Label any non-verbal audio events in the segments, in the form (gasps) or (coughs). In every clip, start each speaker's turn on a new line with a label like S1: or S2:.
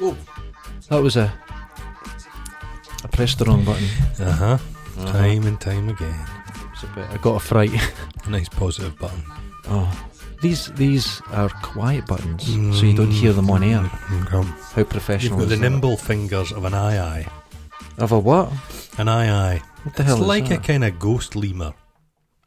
S1: Oh,
S2: That was a. I pressed the wrong button.
S3: Uh huh.
S2: Uh-huh.
S3: Time and time again.
S2: It's a bit- I got a fright.
S3: Nice positive button.
S2: (laughs) Oh, these these are quiet buttons, so you don't hear them on air.
S3: Grump.
S2: How professional!
S3: Mm. You've got the
S2: is that?
S3: nimble fingers of an eye eye.
S2: Of a what?
S3: An eye eye.
S2: What the
S3: It's
S2: hell is
S3: like a
S2: that?
S3: kind of ghost lemur.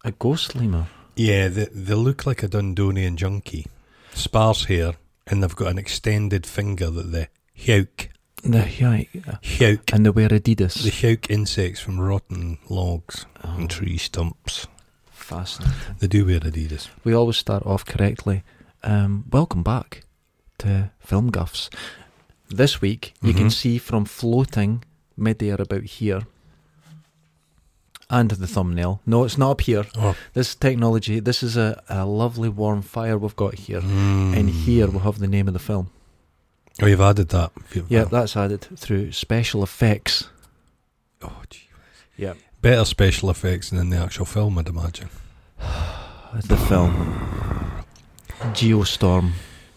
S2: A, ghost lemur.
S3: Yeah, they, they look like a Dundonian junkie. Sparse hair, and they've got an extended finger that they hyoke.
S2: The yike.
S3: Hyoke.
S2: And they wear
S3: The
S2: Adidas.
S3: hyoke insects from rotten logs
S2: Oh,
S3: and tree stumps.
S2: fascinating.
S3: They do wear Adidas.
S2: We always start off correctly. Um, welcome back to Film Guffs. This week, you can
S3: Mhm.
S2: see from floating midair about here and the thumbnail. No, it's not up here.
S3: Oh.
S2: This technology, this is a, a lovely warm fire we've got here.
S3: Mm.
S2: And here we'll have the name of the film.
S3: Oh, you've added that.
S2: Yeah, that's added through special effects.
S3: Oh, gee.
S2: Yeah.
S3: Better special effects than in the actual film, I'd imagine.
S2: The film. Geostorm.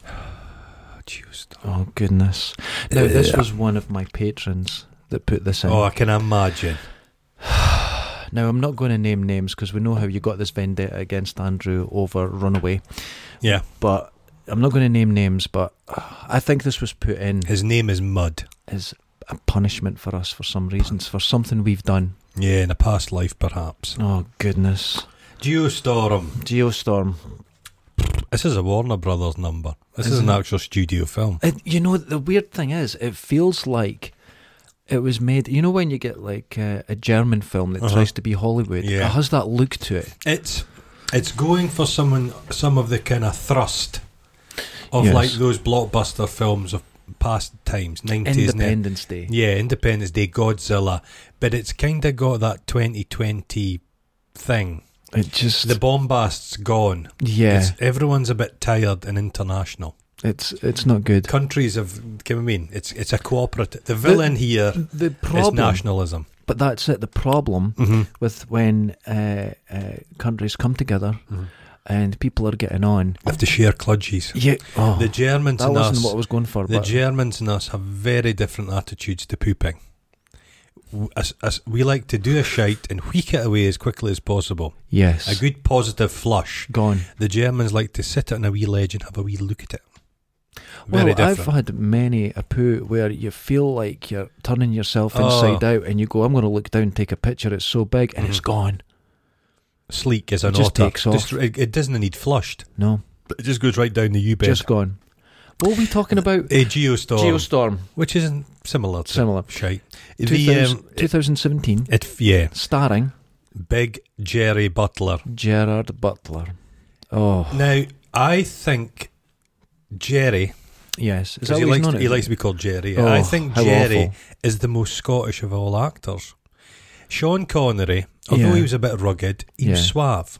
S3: Oh, Geostorm.
S2: Oh, goodness. Now, this was one of my patrons that put this in.
S3: Oh, I can imagine.
S2: Now, I'm not going to name names because we know how you got this vendetta against Andrew over Runaway,
S3: Yeah.
S2: but I'm not going to name names, but uh, I think this was put in
S3: His name is Mud.
S2: as a punishment for us for some reasons, for something we've done.
S3: Yeah, in a past life, perhaps.
S2: Oh, goodness.
S3: Geostorm.
S2: Geostorm.
S3: This is a Warner Brothers number. This is,
S2: Is
S3: an
S2: it?
S3: actual studio film.
S2: It, you know, the weird thing is, it feels like it was made. You know, when you get like uh, a German film that
S3: Uh-huh.
S2: tries to be Hollywood,
S3: Yeah.
S2: it has that look to it.
S3: It's it's going for someone some of the kind of thrust of
S2: Yes.
S3: like those blockbuster films of past times, nineties.
S2: Independence Day.
S3: Yeah, Independence Day, Godzilla, but it's kind of got that 2020 thing.
S2: It just.
S3: The bombast's gone.
S2: yeah.
S3: It's, everyone's a bit tired and international.
S2: It's, it's, not good.
S3: Countries have, I mean, it's it's a cooperative. The villain here is
S2: The problem,
S3: nationalism.
S2: but that's it. The problem
S3: Mm-hmm.
S2: with when uh, uh, countries come together
S3: Mhm.
S2: and people are getting on.
S3: Have to share kludgies.
S2: Yeah, oh,
S3: The Germans
S2: that
S3: and
S2: wasn't
S3: us,
S2: what I was going for.
S3: the
S2: But
S3: Germans and us have very different attitudes to pooping. W- Us, us, we like to do a shite and wheak it away as quickly as possible.
S2: yes,
S3: A good positive flush.
S2: gone.
S3: The Germans like to sit on a wee ledge and have a wee look at it.
S2: Well,
S3: Very
S2: I've
S3: different.
S2: had many a poo where you feel like you're turning yourself inside
S3: Oh.
S2: out, and you go, "I'm going to look down, and take a picture. It's so big, and it's
S3: Mhm.
S2: gone."
S3: Sleek as an
S2: just
S3: otter.
S2: takes off.
S3: Just- it, it doesn't need flushed.
S2: No,
S3: It just goes right down the U bed.
S2: just gone. What were we
S3: Uh,
S2: talking about?
S3: A geostorm,
S2: Geostorm,
S3: which isn't similar to
S2: similar.
S3: shite. um,
S2: 2000
S3: it,
S2: 2017,
S3: it- yeah,
S2: starring
S3: big Jerry Butler.
S2: Gerard Butler. Oh,
S3: Now, I think Jerry,
S2: yes. Is
S3: 'cause
S2: that
S3: he,
S2: what he's
S3: likes,
S2: known
S3: he
S2: as?
S3: likes to be called Jerry.
S2: Oh,
S3: I think
S2: how
S3: Jerry
S2: awful.
S3: is the most Scottish of all actors. Sean Connery, although
S2: Yeah.
S3: he was a bit rugged, he was
S2: Yeah. Hmm.
S3: suave.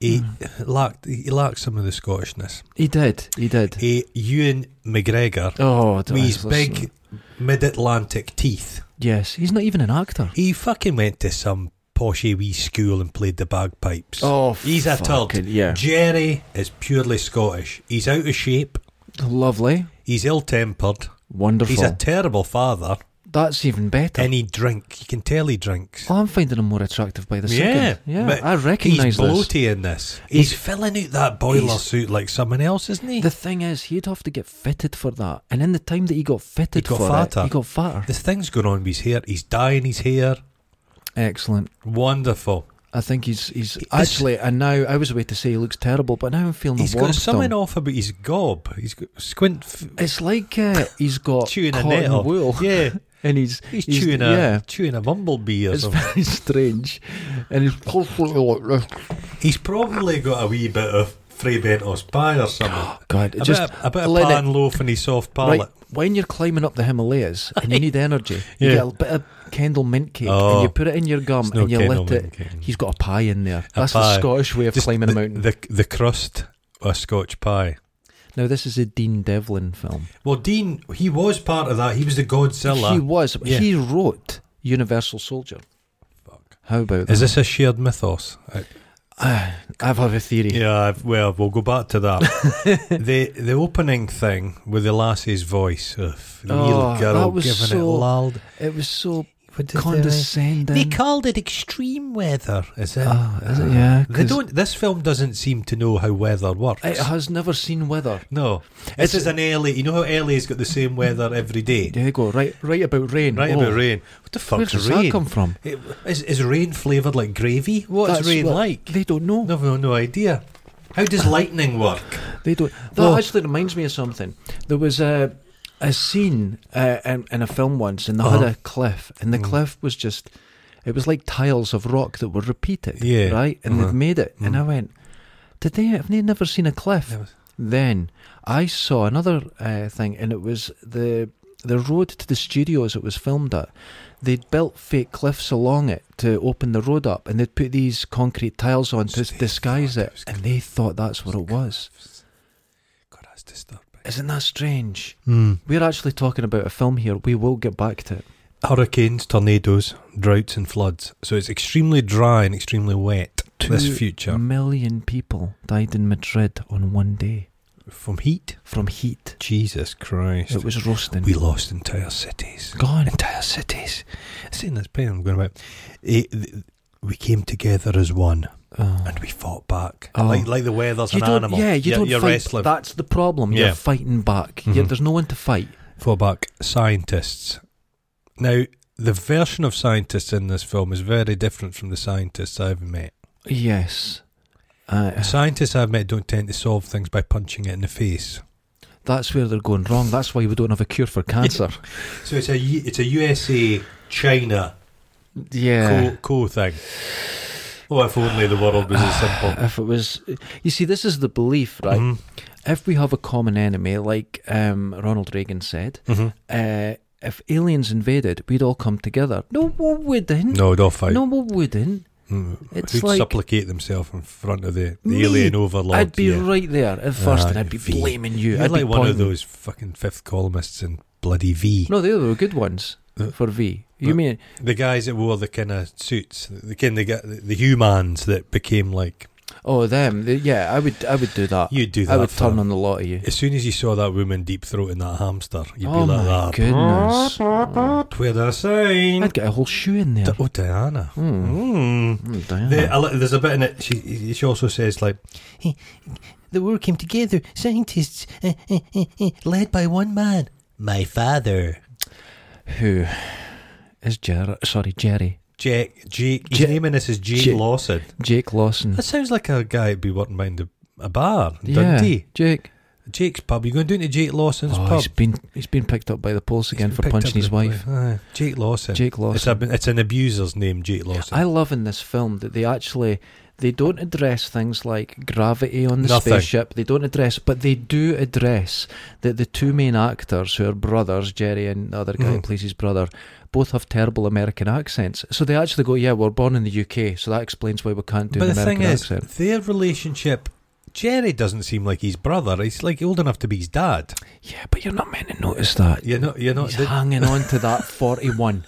S3: He lacked he lacked some of the Scottishness.
S2: He did. He did.
S3: He, Ewan McGregor,
S2: Oh,
S3: with his
S2: listen.
S3: big mid-Atlantic teeth,
S2: Yes, he's not even an actor.
S3: he fucking went to some poshy wee school and played the bagpipes.
S2: Oh,
S3: He's a
S2: fucking-
S3: turd.
S2: Yeah,
S3: Jerry is purely Scottish. He's out of shape.
S2: lovely,
S3: He's ill-tempered.
S2: wonderful.
S3: He's a terrible father,
S2: That's even better.
S3: and he drink. You can tell he drinks.
S2: well, I'm finding him more attractive by Oh, the
S3: yeah,
S2: second. Yeah,
S3: but
S2: I recognise
S3: he's
S2: this.
S3: bloaty in this. He's,
S2: He's-
S3: filling out that boiler
S2: he's-
S3: suit like someone else, isn't he?
S2: The thing is, he'd have to get fitted for that, and in the time that he got fitted
S3: got
S2: for
S3: fatter.
S2: it, he got fatter.
S3: There's things going on with his hair. He's dyeing his hair.
S2: Excellent.
S3: Wonderful.
S2: I think he's he's
S3: It's-
S2: actually. And now I was away to say he looks terrible, but now I'm feeling
S3: He's
S2: the warmth.
S3: got
S2: to
S3: something
S2: him.
S3: off about his gob. He's got squint f-
S2: It's like uh, he's got
S3: chewing a
S2: cotton
S3: net off.
S2: wool,
S3: Yeah,
S2: and he's (laughs)
S3: he's,
S2: He's-
S3: chewing a
S2: yeah.
S3: chewing a bumblebee or
S2: it's
S3: something. (laughs)
S2: very strange, and he's constantly like this.
S3: He's probably got a wee bit of free bentos pie or something.
S2: God, it
S3: A
S2: just
S3: bit, of- a bit of
S2: let it-
S3: pan loaf in his soft palate.
S2: Right, when you're climbing up the Himalayas and you need
S3: (laughs)
S2: energy,
S3: Yeah.
S2: you get a bit of Kendall mint cake
S3: Oh.
S2: and you put it in your gum
S3: It's no
S2: and you
S3: Kendall
S2: let it.
S3: mint cake.
S2: He's got a pie in there.
S3: A
S2: That's
S3: pie.
S2: the Scottish way of
S3: Just
S2: climbing
S3: the,
S2: a mountain.
S3: The the crust, a Scotch pie.
S2: now this is a Dean Devlin film.
S3: Well, Dean, he was part of that. He was the Godzilla.
S2: He was.
S3: Yeah.
S2: He wrote Universal Soldier.
S3: Fuck.
S2: How about
S3: Is
S2: that?
S3: this a shared mythos? I,
S2: I've had a theory.
S3: Yeah, I've, well, we'll go back
S2: (laughs)
S3: to that. the the opening thing with the lassie's voice of the
S2: Oh,
S3: little girl
S2: that was so
S3: giving it loud.
S2: It was so
S3: What did they-
S2: condescending.
S3: They called it extreme weather, is it?
S2: Ah, is it? Yeah,
S3: They
S2: 'cause
S3: don't. This film doesn't seem to know how weather works.
S2: It has never seen weather.
S3: no,
S2: It's-
S3: this is an LA. You know how LA's got the same weather every day,
S2: There you go. Right, right about rain.
S3: right?
S2: Oh,
S3: About rain. What the
S2: Where
S3: fuck's
S2: does
S3: rain?
S2: that come from?
S3: It- Is, is rain flavoured like gravy? What's
S2: That's
S3: rain
S2: what-
S3: like?
S2: They don't know.
S3: No, no, no idea.
S2: (laughs)
S3: How does lightning work?
S2: They don't. oh. That
S3: Well-
S2: actually reminds me of something. There was a a scene uh, in, in a film once, and they
S3: Uh-huh.
S2: had a cliff, and the cliff was just. It was like tiles of rock that were repeated,
S3: Yeah.
S2: right? And
S3: Uh-huh.
S2: they've made it. And I went, "Did they? Have they never seen a cliff?"
S3: Never.
S2: Then I saw another uh, thing, and it was the the road to the studios it was filmed at. They'd built fake cliffs along it to open the road up, and they'd put these concrete tiles on to
S3: So they
S2: disguise
S3: thought it
S2: it,
S3: was
S2: and they thought that's what it was.
S3: God, that's disturbing.
S2: Isn't that strange?
S3: Hmm.
S2: We're actually talking about a film here. We will get back to it.
S3: Hurricanes, tornadoes, droughts, and floods. So it's extremely dry and extremely wet. this
S2: Two
S3: future
S2: million people died in Madrid on one day
S3: from heat.
S2: from heat.
S3: Jesus Christ!
S2: It was roasting.
S3: we lost entire cities. (laughs)
S2: Gone.
S3: Entire cities. Seeing this pain I'm going about. It- th- we came together as one
S2: Oh.
S3: and we fought back.
S2: Oh.
S3: Like like the weather's an
S2: don't,
S3: animal.
S2: Yeah, you
S3: are
S2: don't
S3: you're
S2: fight.
S3: wrestling.
S2: That's the problem.
S3: Yeah.
S2: You're fighting back. Yeah,
S3: Mhm.
S2: there's no one to fight.
S3: Fought back scientists. Now the version of scientists in this film is very different from the scientists I've met.
S2: Yes. Uh,
S3: Scientists I've met don't tend to solve things by punching it in the face.
S2: that's where they're going wrong. That's why we don't have a cure for
S3: (laughs)
S2: cancer. (laughs)
S3: So it's a U- it's a USA China
S2: yeah.
S3: co, co thing. Oh, if only the world was as simple.
S2: Ah, If it was, you see, this is the belief, (sighs) right?
S3: Mhm,
S2: If we have a common enemy, like um, Ronald Reagan said,
S3: mhm.
S2: uh, if aliens invaded, we'd all come together. No, we wouldn't.
S3: No, don't fight.
S2: No, we wouldn't.
S3: Mm,
S2: It's
S3: Who'd
S2: like-
S3: supplicate themselves in front of the, the
S2: Me,
S3: alien overlord?
S2: I'd be
S3: yeah.
S2: right there at first,
S3: Ah,
S2: and I'd be
S3: V.
S2: blaming you.
S3: You're
S2: I'd
S3: like
S2: be
S3: one of
S2: pointing-
S3: those fucking fifth columnists in bloody V.
S2: No, they were good ones
S3: Uh,
S2: for V. You
S3: uh,
S2: mean
S3: The guys that wore the kind of suits, the kind of the, the humans that became like
S2: oh them? They, yeah, I would. I would do that.
S3: you do that.
S2: I would
S3: for
S2: turn
S3: them.
S2: on the lot of you.
S3: As soon as you saw that woman deep throat in that hamster, you'd
S2: oh
S3: be like,
S2: my
S3: ah,
S2: goodness! Oh.
S3: where the sign?
S2: I'd get a whole shoe in there.
S3: Di- oh, Diana.
S2: Mm.
S3: Mm.
S2: Mm, Diana.
S3: The- I li- there's a bit in it. She she also says like, the world came together. Scientists
S2: eh,
S3: led by one man, my father,
S2: Who is Jer? Sorry, Jerry.
S3: Jake. Jake. His
S2: Ja-
S3: name in this is Jake
S2: Ja-
S3: Lawson.
S2: Jake Lawson.
S3: That sounds like a guy who'd be working behind a, a bar, in
S2: yeah,
S3: Dundee.
S2: Jake.
S3: Jake's pub. You going down to Jake Lawson's
S2: Oh,
S3: pub
S2: he's been he's been picked up by the police again
S3: He's
S2: for
S3: been picked
S2: punching
S3: up
S2: his
S3: with-
S2: wife.
S3: Aye, Jake Lawson.
S2: Jake
S3: It's,
S2: Lawson.
S3: a, it's an abuser's name, Jake Lawson.
S2: I love in this film that they actually they don't address things like gravity on the
S3: Nothing.
S2: spaceship. They don't address, but they do address that the two main actors, who are brothers, Jerry and the other guy who
S3: Mhm.
S2: plays his brother, both have terrible American accents. So they actually go, "Yeah, we're born in the UK, so that explains why we can't do
S3: but
S2: an
S3: the
S2: American
S3: thing is,
S2: accent."
S3: their relationship. Jerry doesn't seem like his brother. He's like old enough to be his dad.
S2: yeah, but you're not meant to notice that.
S3: You're not. You're not.
S2: He's
S3: the-
S2: hanging on to that
S3: (laughs)
S2: 41.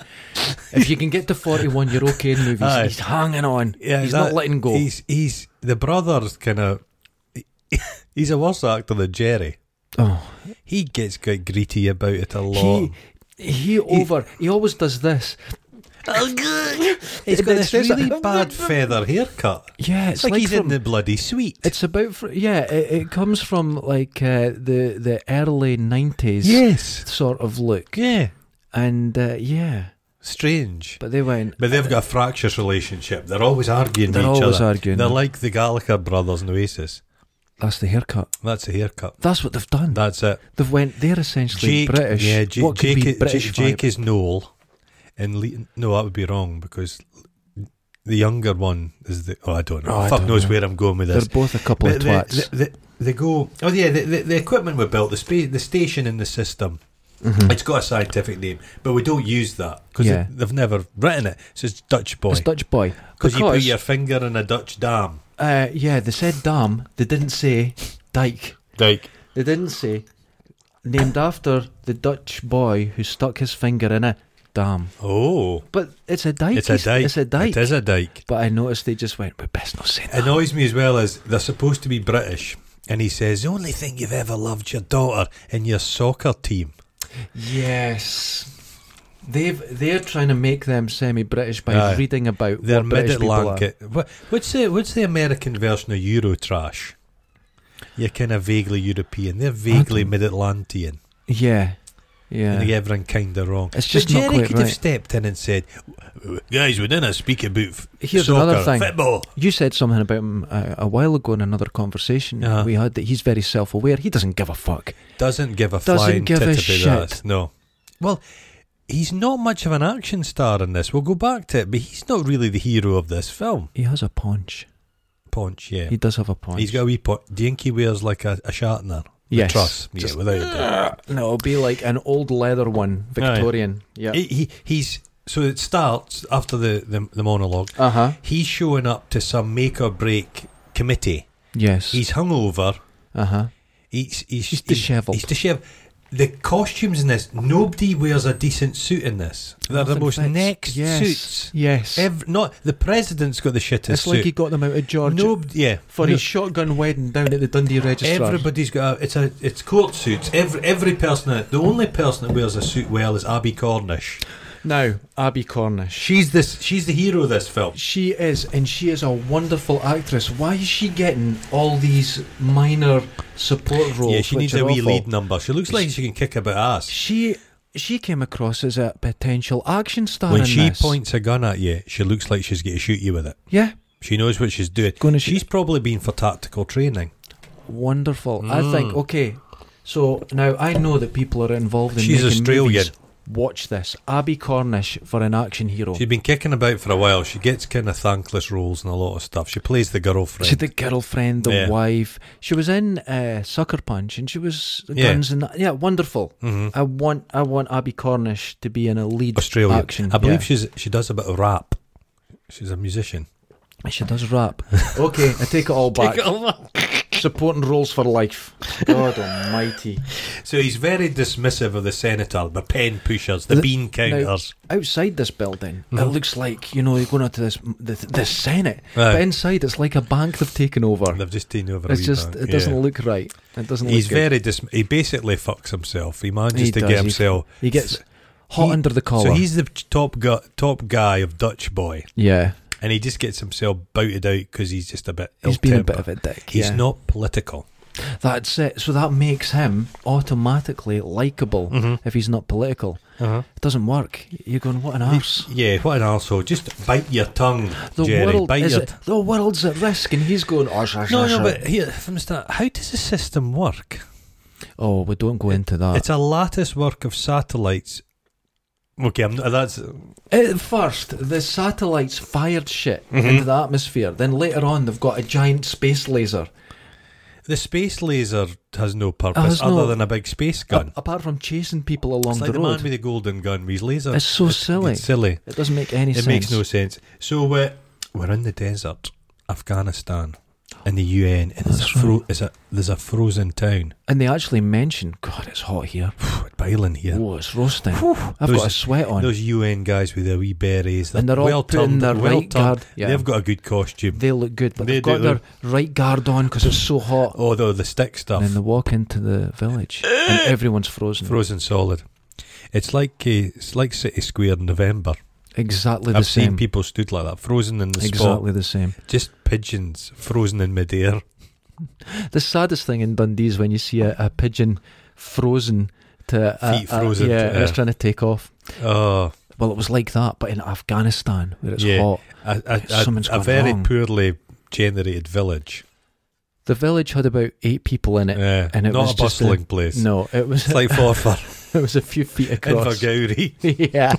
S2: if you can get to 41, you're okay in movies.
S3: Aye.
S2: He's hanging on.
S3: yeah,
S2: he's
S3: that-
S2: not letting go.
S3: He's he's the brother's kind of. (laughs) He's a worse actor than Jerry.
S2: oh.
S3: He gets quite greedy about it a
S2: (laughs)
S3: lot.
S2: He he over he, always does this. Oh,
S3: (laughs) He, has got
S2: It's-
S3: this
S2: it's (laughs)
S3: really
S2: like-
S3: bad feather haircut.
S2: Yeah,
S3: It's like, he's in
S2: from-
S3: the bloody suite.
S2: It's about fr- yeah. It, it comes from like uh, the the early nineties
S3: yes.
S2: sort of look,
S3: Yeah.
S2: and uh, yeah.
S3: Strange.
S2: But they went.
S3: But they've got a fractious relationship. They're always arguing
S2: They're
S3: with each
S2: always
S3: other.
S2: arguing. eh?
S3: They're like the Gallagher brothers in Oasis.
S2: That's the haircut.
S3: That's a haircut.
S2: That's what they've done.
S3: That's it.
S2: They've went. They're essentially
S3: Jake,
S2: British.
S3: yeah, Jake,
S2: what could
S3: Jake,
S2: be
S3: i-
S2: British?
S3: Jake, Jake
S2: vibe?
S3: is Noel, and Le- no, that would be wrong because the younger one is the. Oh, I don't know.
S2: Oh, I
S3: Fuck
S2: don't
S3: knows
S2: know.
S3: where I'm going with
S2: They're
S3: this.
S2: both a couple
S3: But
S2: of
S3: they,
S2: twats.
S3: they, they, they go. Oh yeah, the, the, the equipment we built, the space, the station in the system.
S2: Mhm.
S3: It's got a scientific name, but we don't use that because
S2: Yeah.
S3: they, have never written it. So it's Dutch boy
S2: It's Dutch boy.
S3: because you put
S2: Because,
S3: your finger in a Dutch dam.
S2: uh, yeah, they said dam. They didn't say dike.
S3: Like
S2: They didn't say. Named after the Dutch boy who stuck his finger in a dam.
S3: Oh,
S2: But it's a dike.
S3: it's a dike.
S2: It's a dike.
S3: It is a dike.
S2: But I noticed they just went, we best not say that.
S3: Annoys me as well as they're supposed to be British, and he says the only thing you've ever loved your daughter and your soccer team.
S2: Yes. They've, they're trying to make them semi-British by
S3: Aye.
S2: reading about
S3: They're
S2: what British people are.
S3: mid-Atlantic. What- What's the what's the American version of Eurotrash? You're kind of vaguely European. They're vaguely
S2: don't-
S3: mid-Atlantean.
S2: Yeah, yeah.
S3: And they get everything kind of wrong.
S2: It's just
S3: but
S2: not
S3: Jerry
S2: quite
S3: could have
S2: right.
S3: stepped in and said, "Guys, we didn't speak about f-
S2: Here's
S3: soccer,
S2: another thing.
S3: football."
S2: You said something about him a, a while ago in another conversation
S3: Uh-huh.
S2: we had that he's very self-aware. He doesn't give a fuck.
S3: Doesn't give a
S2: Doesn't
S3: flying
S2: give
S3: tit
S2: a
S3: about
S2: shit.
S3: us. No. Well, he's not much of an action star in this. We'll go back to it, but he's not really the hero of this film.
S2: He has a paunch.
S3: Paunch, yeah.
S2: He does have a paunch.
S3: He's got a wee paunch. Do you think he wears like a, a shartener?
S2: yes.
S3: Truss. Yeah,
S2: Just-
S3: without a
S2: (laughs)
S3: doubt.
S2: no, it'll be like an old leather one,
S3: yeah.
S2: Victorian. Yeah.
S3: He, he he's so it starts after the, the the monologue.
S2: Uh huh.
S3: He's showing up to some make or break committee.
S2: Yes.
S3: He's hungover.
S2: uh huh.
S3: He's he's,
S2: He's dishevelled.
S3: He's, dishevelled. The costumes in this, nobody wears a decent suit in this. They're the
S2: Nothing
S3: most
S2: fits.
S3: next
S2: yes.
S3: suits.
S2: Yes.
S3: Ever, not the president's got the shittest
S2: it's like he
S3: suit.
S2: got them out of Georgia
S3: no, yeah.
S2: for
S3: no,
S2: his shotgun wedding down at the Dundee Registrar.
S3: everybody's got a, it's a it's court suits. Every every person in it- the only person that wears a suit well is Abby Cornish.
S2: now, Abby Cornish.
S3: She's this she's the hero of this film.
S2: She is, and she is a wonderful actress. Why is she getting all these minor support roles?
S3: Yeah, she
S2: which
S3: needs
S2: are
S3: a wee
S2: awful?
S3: lead number. She looks like she can kick about ass.
S2: She she came across as a potential action star.
S3: When
S2: in
S3: she
S2: this.
S3: points a gun at you, she looks like she's going to shoot you with it.
S2: yeah,
S3: She knows what she's doing.
S2: Gonna shoot-
S3: she's probably been for tactical training.
S2: wonderful. I
S3: Mm.
S2: think okay. So now I know that people are involved in
S3: She's
S2: making
S3: Australian.
S2: movies. Watch this, Abby Cornish for an action hero.
S3: She's been kicking about for a while. She gets kind of thankless roles and a lot of stuff. She plays the girlfriend.
S2: She the girlfriend, the
S3: Yeah.
S2: wife. She was in uh, Sucker Punch, and she was
S3: Yeah. Mm-hmm.
S2: guns and yeah, wonderful. I want I want Abby Cornish to be in a lead
S3: Australia.
S2: action.
S3: I believe
S2: yeah.
S3: she's she does a bit of rap. She's a musician.
S2: She does rap. Okay, I take it
S3: (laughs)
S2: all back. Supporting roles for life. God almighty.
S3: So he's very dismissive of the senator, the pen pushers, the,
S2: The-
S3: bean counters.
S2: Outside this building, it
S3: Mm-hmm.
S2: looks like, you know, you're going out to this, this, this Senate.
S3: Aye.
S2: But inside, it's like a bank they've taken over.
S3: They've just taken over. a
S2: it's
S3: wee
S2: just,
S3: bit.
S2: it doesn't
S3: Yeah.
S2: look right. It doesn't
S3: He's
S2: look good.
S3: very dis- He basically fucks himself. He manages
S2: He
S3: to
S2: does.
S3: get
S2: He-
S3: himself.
S2: He gets hot
S3: He-
S2: under the collar.
S3: So he's the top guy, top guy of Dutch boy,
S2: yeah.
S3: and he just gets himself bouted out because he's just a bit.
S2: He's
S3: ill-tempered.
S2: been a bit of a dick.
S3: He's
S2: yeah.
S3: not political.
S2: That's it. So that makes him automatically likable
S3: Mm-hmm.
S2: if he's not political.
S3: Uh-huh.
S2: It doesn't work. You're going, what an arse.
S3: Yeah, what an arsehole. Just bite your tongue,
S2: The
S3: Jerry.
S2: world
S3: bite
S2: is
S3: your.
S2: at, the world's at risk, and he's going. Oh, shush,
S3: no,
S2: shush,
S3: no,
S2: shush."
S3: but here from the start, how does the system work?
S2: oh, we don't go into that.
S3: It's a lattice work of satellites. Okay, I'm not, that's
S2: At first, the satellites fired shit
S3: Mm-hmm.
S2: into the atmosphere. Then later on, they've got a giant space laser.
S3: the space laser has no purpose
S2: has
S3: other
S2: no-
S3: than a big space
S2: A-
S3: gun.
S2: apart from chasing people along
S3: it's like
S2: the,
S3: the, man
S2: road,
S3: with the golden gun with his laser.
S2: it's so silly.
S3: It's silly.
S2: it doesn't make any
S3: It
S2: sense.
S3: makes no sense. So uh, we're in the desert, Afghanistan, in the UN, and there's a, fro- is a there's a frozen town,
S2: and they actually mention, God, it's hot here.
S3: Bailing here.
S2: Whoa, it's roasting. I've
S3: Those-
S2: got a sweat on.
S3: Those UN guys with their wee berets,
S2: And they're all
S3: well
S2: put in
S3: turned,
S2: their
S3: well
S2: right
S3: turned.
S2: guard, yeah.
S3: They've got a good costume.
S2: they look good, but
S3: They
S2: they've
S3: do,
S2: got their right guard on because it's so hot.
S3: Oh, the, the stick stuff,
S2: And then they walk into the village, and everyone's frozen.
S3: frozen solid. It's like uh, it's like City Square in November.
S2: exactly the
S3: I've
S2: same.
S3: seen people stood like that, frozen in the spot.
S2: exactly the same.
S3: Just pigeons frozen in midair.
S2: The saddest thing in Dundee is when you see a, a pigeon frozen to a,
S3: Feet
S2: a-
S3: frozen
S2: yeah,
S3: to
S2: and it's
S3: air.
S2: trying to take off.
S3: Oh,
S2: Well, it was like that, but in Afghanistan where it's
S3: Yeah.
S2: hot.
S3: a, a, a,
S2: Something's
S3: a
S2: gone
S3: very
S2: wrong.
S3: poorly generated village.
S2: The village had about eight people in it,
S3: Yeah,
S2: and it
S3: not
S2: was
S3: a
S2: just a-
S3: bustling place.
S2: No, it was
S3: It's like Forfar,
S2: (laughs) it was a few feet across.
S3: Invergowrie.
S2: (laughs) yeah.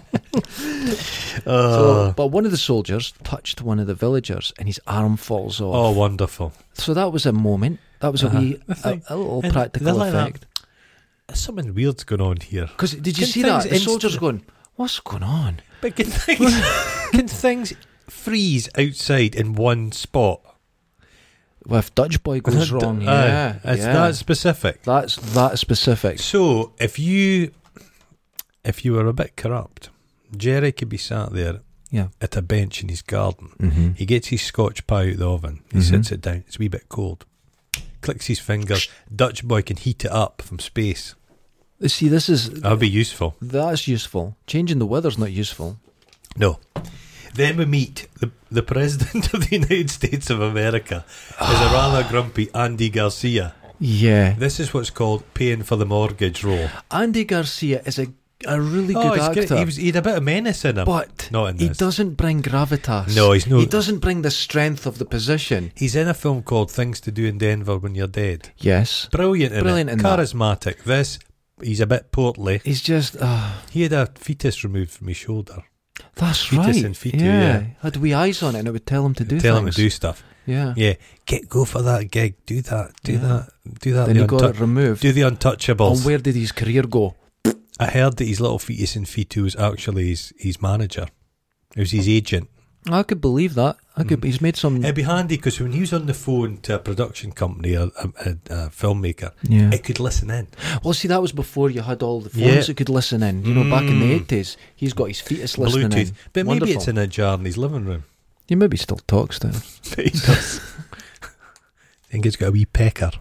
S3: Oh. Uh.
S2: So, but one of the soldiers touched one of the villagers, and his arm falls off.
S3: oh, wonderful.
S2: So that was a moment. That was
S3: Uh-huh.
S2: a wee,
S3: I
S2: a,
S3: think-
S2: a little
S3: and
S2: practical
S3: they're like that.
S2: effect.
S3: Something weird's going on here.
S2: Because did you
S3: Can
S2: see that?
S3: things
S2: The soldiers
S3: inst-
S2: going, "What's going on?"
S3: But (laughs) can things, can things freeze outside in one spot?
S2: Well, if Dutch
S3: (laughs)
S2: boy goes wrong,
S3: Aye,
S2: yeah,
S3: it's
S2: yeah.
S3: that specific.
S2: that's that specific.
S3: So if you if you were a bit corrupt, Jerry could be sat there
S2: Yeah.
S3: at a bench in his garden.
S2: Mm-hmm.
S3: He gets his scotch pie out the oven. He
S2: Mhm.
S3: sits it down. It's a wee bit cold. Clicks his fingers. Dutch boy can heat it up from space.
S2: See, this is
S3: That'd be useful.
S2: that's useful. Changing the weather's not useful.
S3: No. Then we meet the, the President (laughs) of the United States of America is a rather grumpy Andy Garcia.
S2: Yeah,
S3: This is what's called paying for the mortgage role.
S2: Andy Garcia is a a really
S3: oh,
S2: good
S3: he's
S2: actor,
S3: great. He, was, he had a bit of menace in him.
S2: but
S3: Not in
S2: he
S3: this.
S2: doesn't bring gravitas.
S3: No, he's no-
S2: He doesn't bring the strength of the position.
S3: He's in a film called Things to Do in Denver When You're Dead.
S2: Yes,
S3: Brilliant in
S2: Brilliant
S3: it.
S2: in that.
S3: Charismatic. This, he's a bit portly.
S2: he's just. Uh,
S3: He had a fetus removed from his shoulder.
S2: that's
S3: Fetus
S2: right.
S3: and fetu, yeah.
S2: had we eyes on it, and it would tell him to do
S3: Tell him to
S2: things.
S3: do stuff.
S2: Yeah.
S3: Yeah, get go for that gig. Do that. Do
S2: Yeah.
S3: that. Do that.
S2: Then
S3: the
S2: he got
S3: untou-
S2: it removed.
S3: do the
S2: And
S3: untouchables.
S2: where did his career go?
S3: I heard that his little fetus in fetu was actually his, his manager. It was his agent.
S2: I could believe that. I
S3: Mm.
S2: could. He's made some.
S3: It'd be handy because when he was on the phone to a production company, a, a, a, a filmmaker,
S2: yeah.
S3: it could listen in.
S2: Well, see, that was before you had all the phones
S3: Yeah.
S2: that could listen in. You know, back in the
S3: Mm.
S2: eighties, he's got his fetus listening
S3: Bluetooth.
S2: in.
S3: But maybe
S2: Wonderful.
S3: it's in a jar in his
S2: (laughs)
S3: living room.
S2: He maybe still talks to him.
S3: he does. I (laughs) think it's got a wee pecker.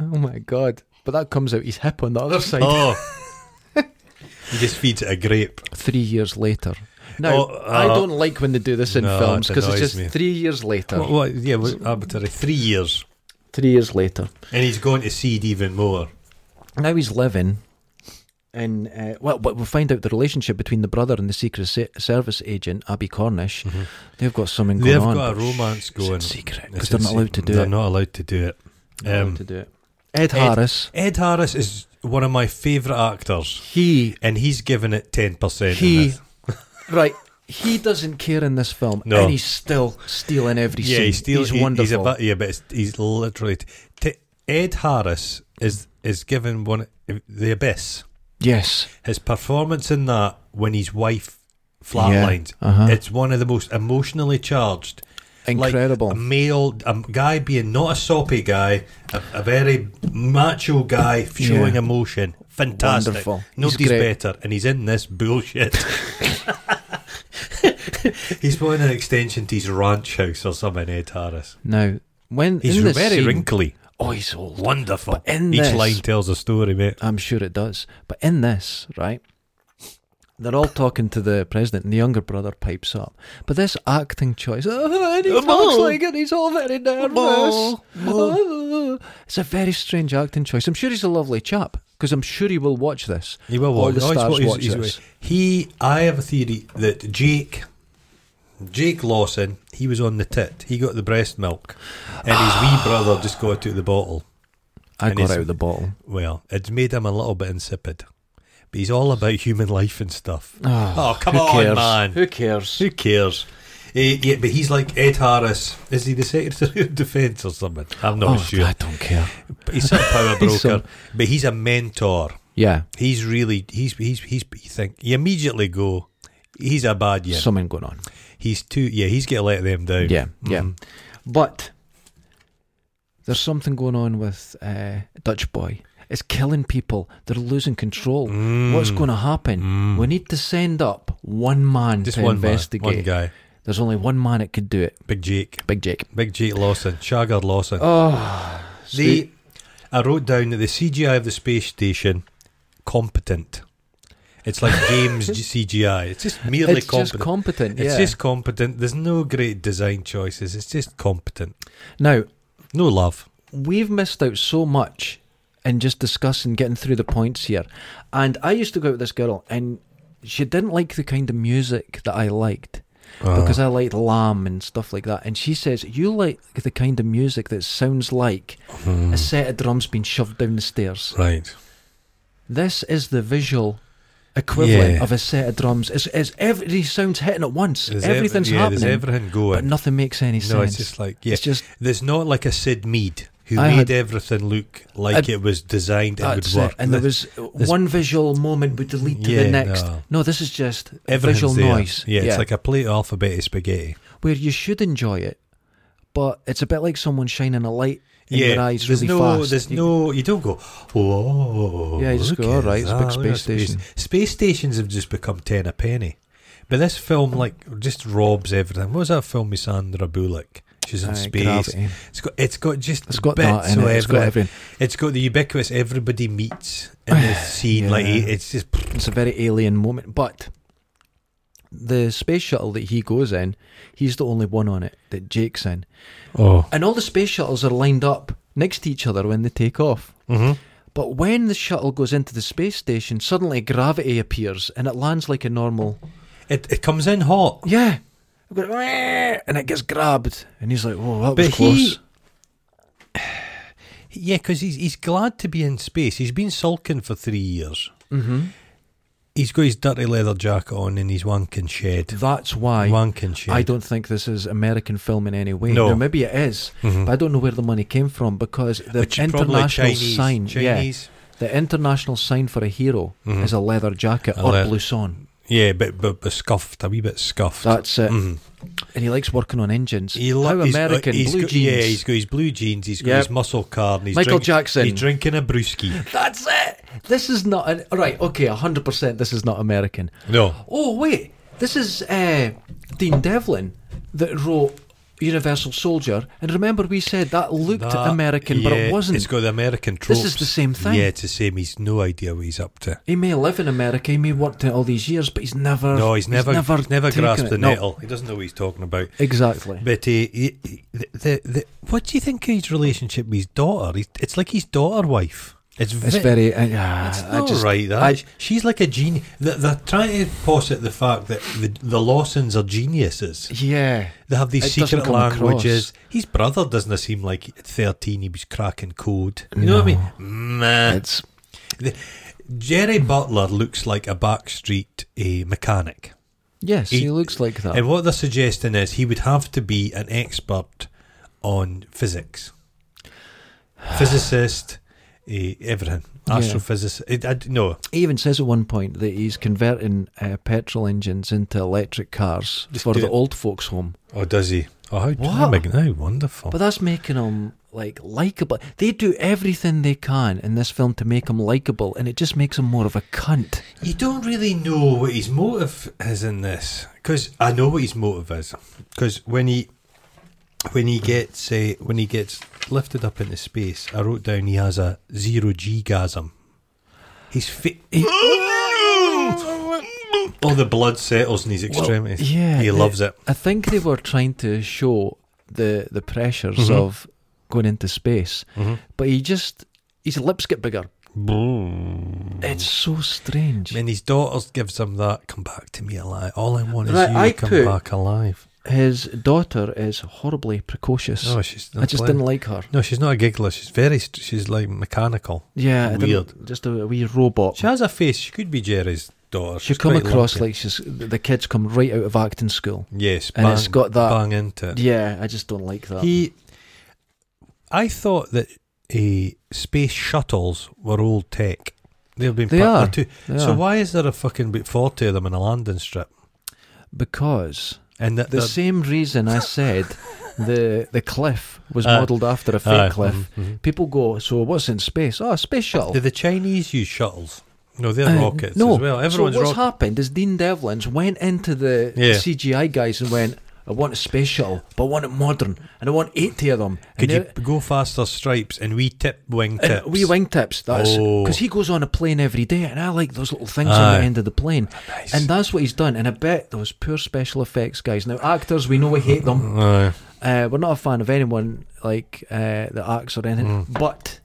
S2: Oh my god! But that comes out his hip on the
S3: (laughs)
S2: other side. (laughs)
S3: Oh. he just feeds it a grape.
S2: Three years later. Now,
S3: Oh,
S2: I
S3: uh,
S2: don't like when they do this in
S3: no,
S2: films
S3: it
S2: because it's
S3: annoys
S2: just
S3: me. Oh,
S2: three years later.
S3: What, what, yeah, what, arbitrary. Three years.
S2: Three years later.
S3: And he's going to seed even more.
S2: Now he's living. And uh, well, but we find out the relationship between the brother and the Secret Se- Service agent, Abby Cornish. They've got something going
S3: Mm-hmm. They've
S2: on.
S3: got a
S2: but it's
S3: romance
S2: in
S3: going.
S2: secret because
S3: It's
S2: they're not
S3: insane.
S2: allowed to do
S3: They're
S2: it.
S3: not allowed to do it.
S2: Not allowed
S3: Um,
S2: to do it. Ed
S3: Ed-
S2: Harris.
S3: Ed Harris is one of my favourite actors,
S2: He
S3: and he's given it ten percent.
S2: he right. He doesn't care in this film,
S3: No.
S2: and he's still stealing every
S3: yeah,
S2: scene.
S3: he steals.
S2: he's
S3: he-
S2: wonderful.
S3: He's a bit, yeah, but it's, he's literally t- t- Ed Harris is is given one the abyss.
S2: yes,
S3: His performance in that when his wife flatlines,
S2: Yeah, uh-huh.
S3: it's one of the most emotionally charged. like, um,
S2: incredible.
S3: a male, a guy being not a soppy guy, a, a very macho guy showing
S2: Yeah.
S3: emotion. Fantastic.
S2: Wonderful. He's
S3: Nobody's
S2: great.
S3: better, and he's in this bullshit. (laughs) he's putting an extension to his ranch house or something, Ed Harris.
S2: now, when
S3: He's
S2: in this
S3: very
S2: scene,
S3: wrinkly.
S2: oh, he's old.
S3: Wonderful.
S2: But in
S3: Each
S2: this-
S3: line tells a story, mate.
S2: I'm sure it does. But in this, right, they're all talking to the president, and the younger brother pipes up. But this acting choice, oh, and he talks like it, he's all very nervous. Oh. It's a very strange acting choice. I'm sure he's a lovely chap because I'm sure he will watch this.
S3: He will
S2: All
S3: watch.
S2: the
S3: Oh, he's-
S2: stars
S3: he's-
S2: watch
S3: he's-
S2: this.
S3: He, I have a theory that Jake, Jake Lawson, he was on the tit. He got the breast milk, and his wee brother just got it out of the bottle.
S2: I
S3: and
S2: got
S3: he's-
S2: out of the bottle.
S3: Well, it's made him a little bit insipid, but he's all about human life and stuff. Oh, come
S2: Ah, Who
S3: on,
S2: cares?
S3: man.
S2: Who cares?
S3: Who cares? Eh, yeah, but he's like Ed Harris. Is he the Secretary of Defence or something? I'm not
S2: oh,
S3: sure.
S2: I don't care.
S3: But he's some power
S2: (laughs)
S3: broker.
S2: He's some-
S3: But he's a mentor.
S2: Yeah,
S3: He's really he's he's he's you think you immediately go he's a bad yeah.
S2: something going on.
S3: he's too yeah, he's gonna let them down.
S2: Yeah, yeah.
S3: Mhm.
S2: But there's something going on with uh, Dutch Boy. It's killing people. They're losing control.
S3: Mm.
S2: Mm. What's going to happen? We need to send up one man
S3: Just
S2: to
S3: one man,
S2: investigate.
S3: one guy.
S2: There's only one man that could do it.
S3: Big Jake.
S2: Big Jake.
S3: Big Jake Lawson. Shagger Lawson.
S2: Oh,
S3: the I wrote down that the CGI of the space station competent. It's like
S2: (laughs)
S3: James CGI. It's just merely
S2: it's
S3: competent.
S2: just competent.
S3: It's
S2: yeah.
S3: just competent. There's no great design choices. It's just competent.
S2: now
S3: No love.
S2: we've missed out so much in just discussing getting through the points here. And I used to go out with this girl, and she didn't like the kind of music that I liked
S3: Ah.
S2: because I liked Lamb and stuff like that. And she says you like the kind of music that sounds like
S3: Hmm.
S2: a set of drums being shoved down the stairs.
S3: Right.
S2: This is the visual. Equivalent
S3: Yeah.
S2: of a set of drums It's is every sound's hitting at once.
S3: There's ev-
S2: Everything's
S3: yeah,
S2: happening,
S3: There's everything going.
S2: but nothing makes any sense.
S3: No, it's just like yeah.
S2: It's just-
S3: there's not like a Sid Mead who
S2: I had-
S3: made everything look like
S2: I-
S3: it was designed and would
S2: That's
S3: work.
S2: it. And there
S3: This-
S2: was one visual moment would lead to
S3: Yeah,
S2: the next.
S3: no.
S2: No. this is just
S3: everything's
S2: visual
S3: there.
S2: noise.
S3: Yeah, it's like a plate of alphabet of spaghetti.
S2: where you should enjoy it, but it's a bit like someone shining a light in
S3: yeah,
S2: your eyes
S3: there's
S2: really
S3: no,
S2: fast.
S3: there's
S2: You-
S3: no, you don't go, whoa.
S2: Yeah, you just
S3: look
S2: go,
S3: at
S2: "Alright, it's a big
S3: that, look at
S2: space
S3: that
S2: station."
S3: Space stations have just become ten a penny. But this film, like, just robs everything. What was that film with Sandra Bullock? She's in
S2: Aye,
S3: space.
S2: Gravity.
S3: It's got it's got just
S2: It's got
S3: bits
S2: that in
S3: of
S2: it. It's got
S3: everything.
S2: everything.
S3: It's got the ubiquitous everybody meets
S2: (sighs)
S3: in the scene. Like
S2: Yeah.
S3: it's just
S2: It's a very alien moment. But the space shuttle that he goes in, he's the only one on it that Jake's in.
S3: oh.
S2: And all the space shuttles are lined up next to each other when they take off.
S3: Mm-hmm.
S2: But when the shuttle goes into the space station, suddenly gravity appears and it lands like a normal.
S3: It it comes in hot.
S2: Yeah. It goes, "Wah!" And it gets grabbed. And he's like, whoa, that was
S3: But he-
S2: close.
S3: Yeah, because he's he's glad to be in space. He's been sulking for three years.
S2: hmm
S3: He's got his dirty leather jacket on and he's wanking shed.
S2: That's why
S3: Wanking shed.
S2: I don't think this is American film in any way.
S3: No.
S2: Now, maybe it is,
S3: Mhm.
S2: but I don't know where the money came from because the
S3: Which is probably
S2: international
S3: Chinese,
S2: sign,
S3: Chinese.
S2: yeah, the international sign for a hero
S3: Mhm.
S2: is a leather jacket
S3: A
S2: or
S3: leather-
S2: blue son.
S3: Yeah, but, but but scuffed, a wee bit scuffed.
S2: That's it.
S3: Mhm.
S2: And he likes working on engines.
S3: He lo-
S2: How
S3: he's- uh,
S2: American
S3: he's
S2: blue
S3: got-
S2: jeans.
S3: Yeah, he's got his blue jeans. He's got
S2: Yep.
S3: his muscle car. And he's
S2: Michael
S3: drink-
S2: Jackson.
S3: He's drinking a brewski.
S2: That's it. This is not an, right. Okay, hundred percent. This is not American.
S3: No,
S2: Oh wait, this is uh, Dean Devlin that wrote Universal Soldier. And remember, we said that looked
S3: That-
S2: American, but
S3: yeah,
S2: it wasn't.
S3: It's got the American tropes.
S2: This is the same thing.
S3: Yeah, it's the same. He's no idea what he's up to.
S2: He may live in America, he may have worked it all these years, but he's never.
S3: No, he's never
S2: never,
S3: he's never
S2: taken
S3: grasped
S2: it.
S3: the
S2: No,
S3: nettle. He doesn't know what he's talking about.
S2: exactly.
S3: But uh, he- he- the, the, the, what do you think of his relationship with his daughter? He's, it's like his daughter wife. It's,
S2: It's
S3: ve-
S2: very. Uh, yeah,
S3: It's
S2: I
S3: not
S2: just,
S3: right. That
S2: I-
S3: she's like a genius. They're, they're trying to posit the fact that the, the Lawsons are geniuses.
S2: Yeah.
S3: They have these
S2: It doesn't
S3: secret
S2: come
S3: languages. His brother doesn't seem like at 13 he was cracking code. You know what I mean? Meh.
S2: It's.
S3: Jerry Butler looks like a backstreet uh, mechanic.
S2: Yes, he,
S3: He-
S2: looks like that.
S3: And what they're suggesting is he would have to be an expert on physics, physicist, uh, everything,
S2: Yeah.
S3: astrophysicist. eh, I- I d- no,
S2: he even says at one point that he's converting uh, petrol engines into electric cars
S3: Just
S2: for
S3: do
S2: the
S3: it.
S2: old folks' home.
S3: Oh, does he? Oh, how
S2: What?
S3: charming! How wonderful!
S2: But that's making him like likable. They do everything they can in this film to make him likable, and it just makes him more of a cunt.
S3: you don't really know what his motive is in this, because I know what his motive is. Because when he when he gets uh, when he gets lifted up into space, I wrote down he has a zero g gasm. His fa-
S2: (gasps)
S3: he- all the blood settles in his
S2: Well,
S3: extremities.
S2: yeah,
S3: he
S2: the-
S3: loves it.
S2: I think they were trying to show the the pressures
S3: Mhm.
S2: of going into space, but he just his lips get bigger. It's so strange.
S3: And his daughter gives him that. Come back to me alive. All I want is
S2: Right,
S3: you
S2: I
S3: to come
S2: put-
S3: back alive.
S2: His daughter is horribly precocious.
S3: No, she's.
S2: I just
S3: playing.
S2: didn't like her.
S3: No, she's not a giggler. She's very. st- She's like mechanical.
S2: Yeah, I didn't- just a wee robot.
S3: She has a face. She could be Jerry's daughter.
S2: She
S3: She's
S2: come
S3: quite
S2: across
S3: lumpy.
S2: like she's the kids come right out of acting school.
S3: yes,
S2: and it's got that- um,
S3: bang into it.
S2: Yeah, I just don't like that.
S3: He, I thought that uh, space shuttles were old tech. They've been
S2: They
S3: put-
S2: are.
S3: they're too-
S2: They
S3: So
S2: are.
S3: why is there a fucking bit forty of them in a landing strip?
S2: because
S3: And that
S2: the
S3: they're-
S2: same reason I
S3: (laughs)
S2: said the the cliff was
S3: Aye.
S2: modelled after a fake
S3: Aye,
S2: cliff.
S3: mhm, mhm.
S2: People go, so what's in space? Oh, a space shuttle.
S3: Do the Chinese use shuttles? No, they're
S2: Uh,
S3: rockets
S2: no.
S3: as well. Everyone's
S2: so what's
S3: rock-
S2: happened is Dean Devlin's went into the
S3: Yeah.
S2: CGI guys and went, I want a space shuttle, but I want it modern, and I want 80 of them.
S3: Could
S2: and
S3: you
S2: they're-
S3: go faster stripes and wee tip wing
S2: And
S3: tips?
S2: wee wingtips. That's
S3: Oh.
S2: because he goes on a plane every day, and I like those little things on
S3: Aye.
S2: the end of the plane.
S3: Nice.
S2: And that's what he's done. And I bet those poor special effects guys. Now actors, we know we hate
S3: (laughs)
S2: them.
S3: Aye.
S2: Uh, we're not a fan of anyone like uh, the acts or anything.
S3: Mm.
S2: But